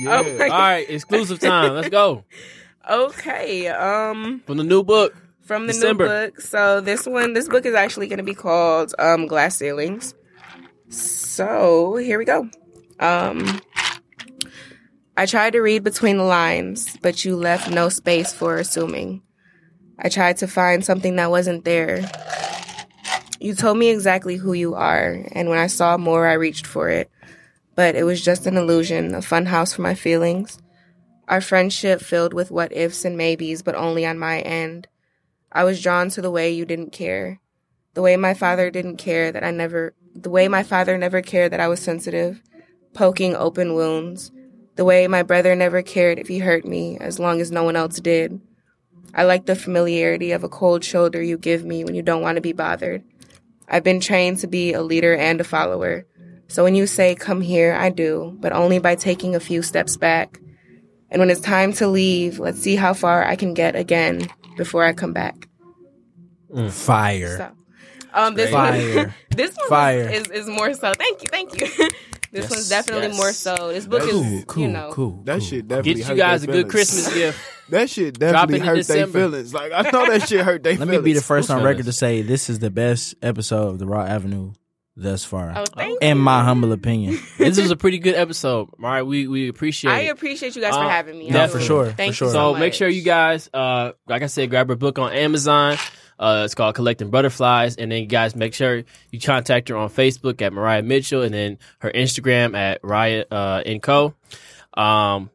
[SPEAKER 6] Yeah.
[SPEAKER 4] Okay.
[SPEAKER 2] all right, exclusive time. Let's go
[SPEAKER 4] Okay. Um.
[SPEAKER 2] from the new book.
[SPEAKER 4] from the
[SPEAKER 2] December.
[SPEAKER 4] new book. So this one, this book is actually going to be called um, Glass Ceilings. So here we go. Um, I tried to read between the lines, but you left no space for assuming. I tried to find something that wasn't there. You told me exactly who you are, and when I saw more, I reached for it. But it was just an illusion, a fun house for my feelings. Our friendship filled with what ifs and maybes, but only on my end. I was drawn to the way you didn't care. The way my father didn't care that I never, the way my father never cared that I was sensitive, poking open wounds. The way my brother never cared if he hurt me, as long as no one else did. I like the familiarity of a cold shoulder you give me when you don't want to be bothered. I've been trained to be a leader and a follower. So when you say, come here, I do, but only by taking a few steps back. And when it's time to leave, let's see how far I can get again before I come back.
[SPEAKER 7] fire.
[SPEAKER 4] So, um, this one,
[SPEAKER 7] Fire.
[SPEAKER 4] this one
[SPEAKER 7] Fire.
[SPEAKER 4] Is, is more so. Thank you, thank you. this one's definitely
[SPEAKER 2] yes.
[SPEAKER 4] more so. This book
[SPEAKER 7] Cool,
[SPEAKER 4] is,
[SPEAKER 7] cool,
[SPEAKER 4] you know,
[SPEAKER 7] cool.
[SPEAKER 6] That shit definitely
[SPEAKER 2] Get you
[SPEAKER 6] hurt
[SPEAKER 2] guys a
[SPEAKER 6] their
[SPEAKER 2] good
[SPEAKER 6] feelings.
[SPEAKER 2] Christmas gift.
[SPEAKER 6] That shit definitely
[SPEAKER 2] in
[SPEAKER 6] hurt their
[SPEAKER 2] December.
[SPEAKER 6] feelings. Like I know that shit hurt their
[SPEAKER 7] Let
[SPEAKER 6] feelings.
[SPEAKER 7] me be the first on
[SPEAKER 2] Who's
[SPEAKER 7] record
[SPEAKER 2] this?
[SPEAKER 7] to say this is the best episode of the Raw Avenue thus far,
[SPEAKER 4] Oh, thank
[SPEAKER 7] in
[SPEAKER 4] you.
[SPEAKER 7] my humble opinion.
[SPEAKER 2] this was a pretty good episode. All right, we we appreciate.
[SPEAKER 4] I
[SPEAKER 2] it.
[SPEAKER 4] appreciate you guys
[SPEAKER 2] Uh,
[SPEAKER 4] for having me.
[SPEAKER 7] no,
[SPEAKER 4] I
[SPEAKER 7] for
[SPEAKER 4] really-
[SPEAKER 7] sure, for
[SPEAKER 4] Thank
[SPEAKER 7] sure.
[SPEAKER 4] you.
[SPEAKER 2] So
[SPEAKER 4] So,
[SPEAKER 2] make sure you guys, uh, like I said, grab her book on Amazon. Uh, it's called Collecting Butterflies, and then you guys make sure you contact her on Facebook at Mariah Mitchell, and then her Instagram at Riot uh, and Co. Um,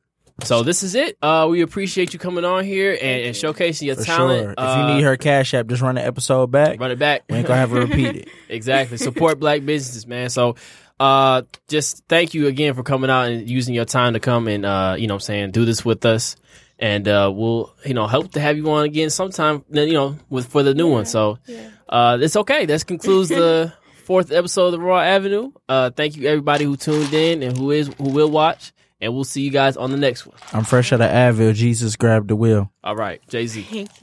[SPEAKER 2] So this is it. Uh, we appreciate you coming on here and, and showcasing your
[SPEAKER 3] For
[SPEAKER 2] talent.
[SPEAKER 3] sure. if
[SPEAKER 2] Uh,
[SPEAKER 3] you need her cash app, just run the episode back.
[SPEAKER 2] run it back.
[SPEAKER 3] We ain't gonna have her repeat it.
[SPEAKER 2] Exactly. Support black businesses, man. So uh just thank you again for coming out and using your time to come and uh, you know what I'm saying, do this with us. And uh we'll, you know, hope to have you on again sometime then, you know, with for the new one. So uh it's okay. That concludes the fourth episode of the Raw Avenue. Uh thank you everybody who tuned in and who is who will watch. And we'll see you guys on the next one.
[SPEAKER 3] I'm fresh out of Advil. Jesus grabbed the wheel.
[SPEAKER 2] All right, Jay Z.
[SPEAKER 4] Thank you.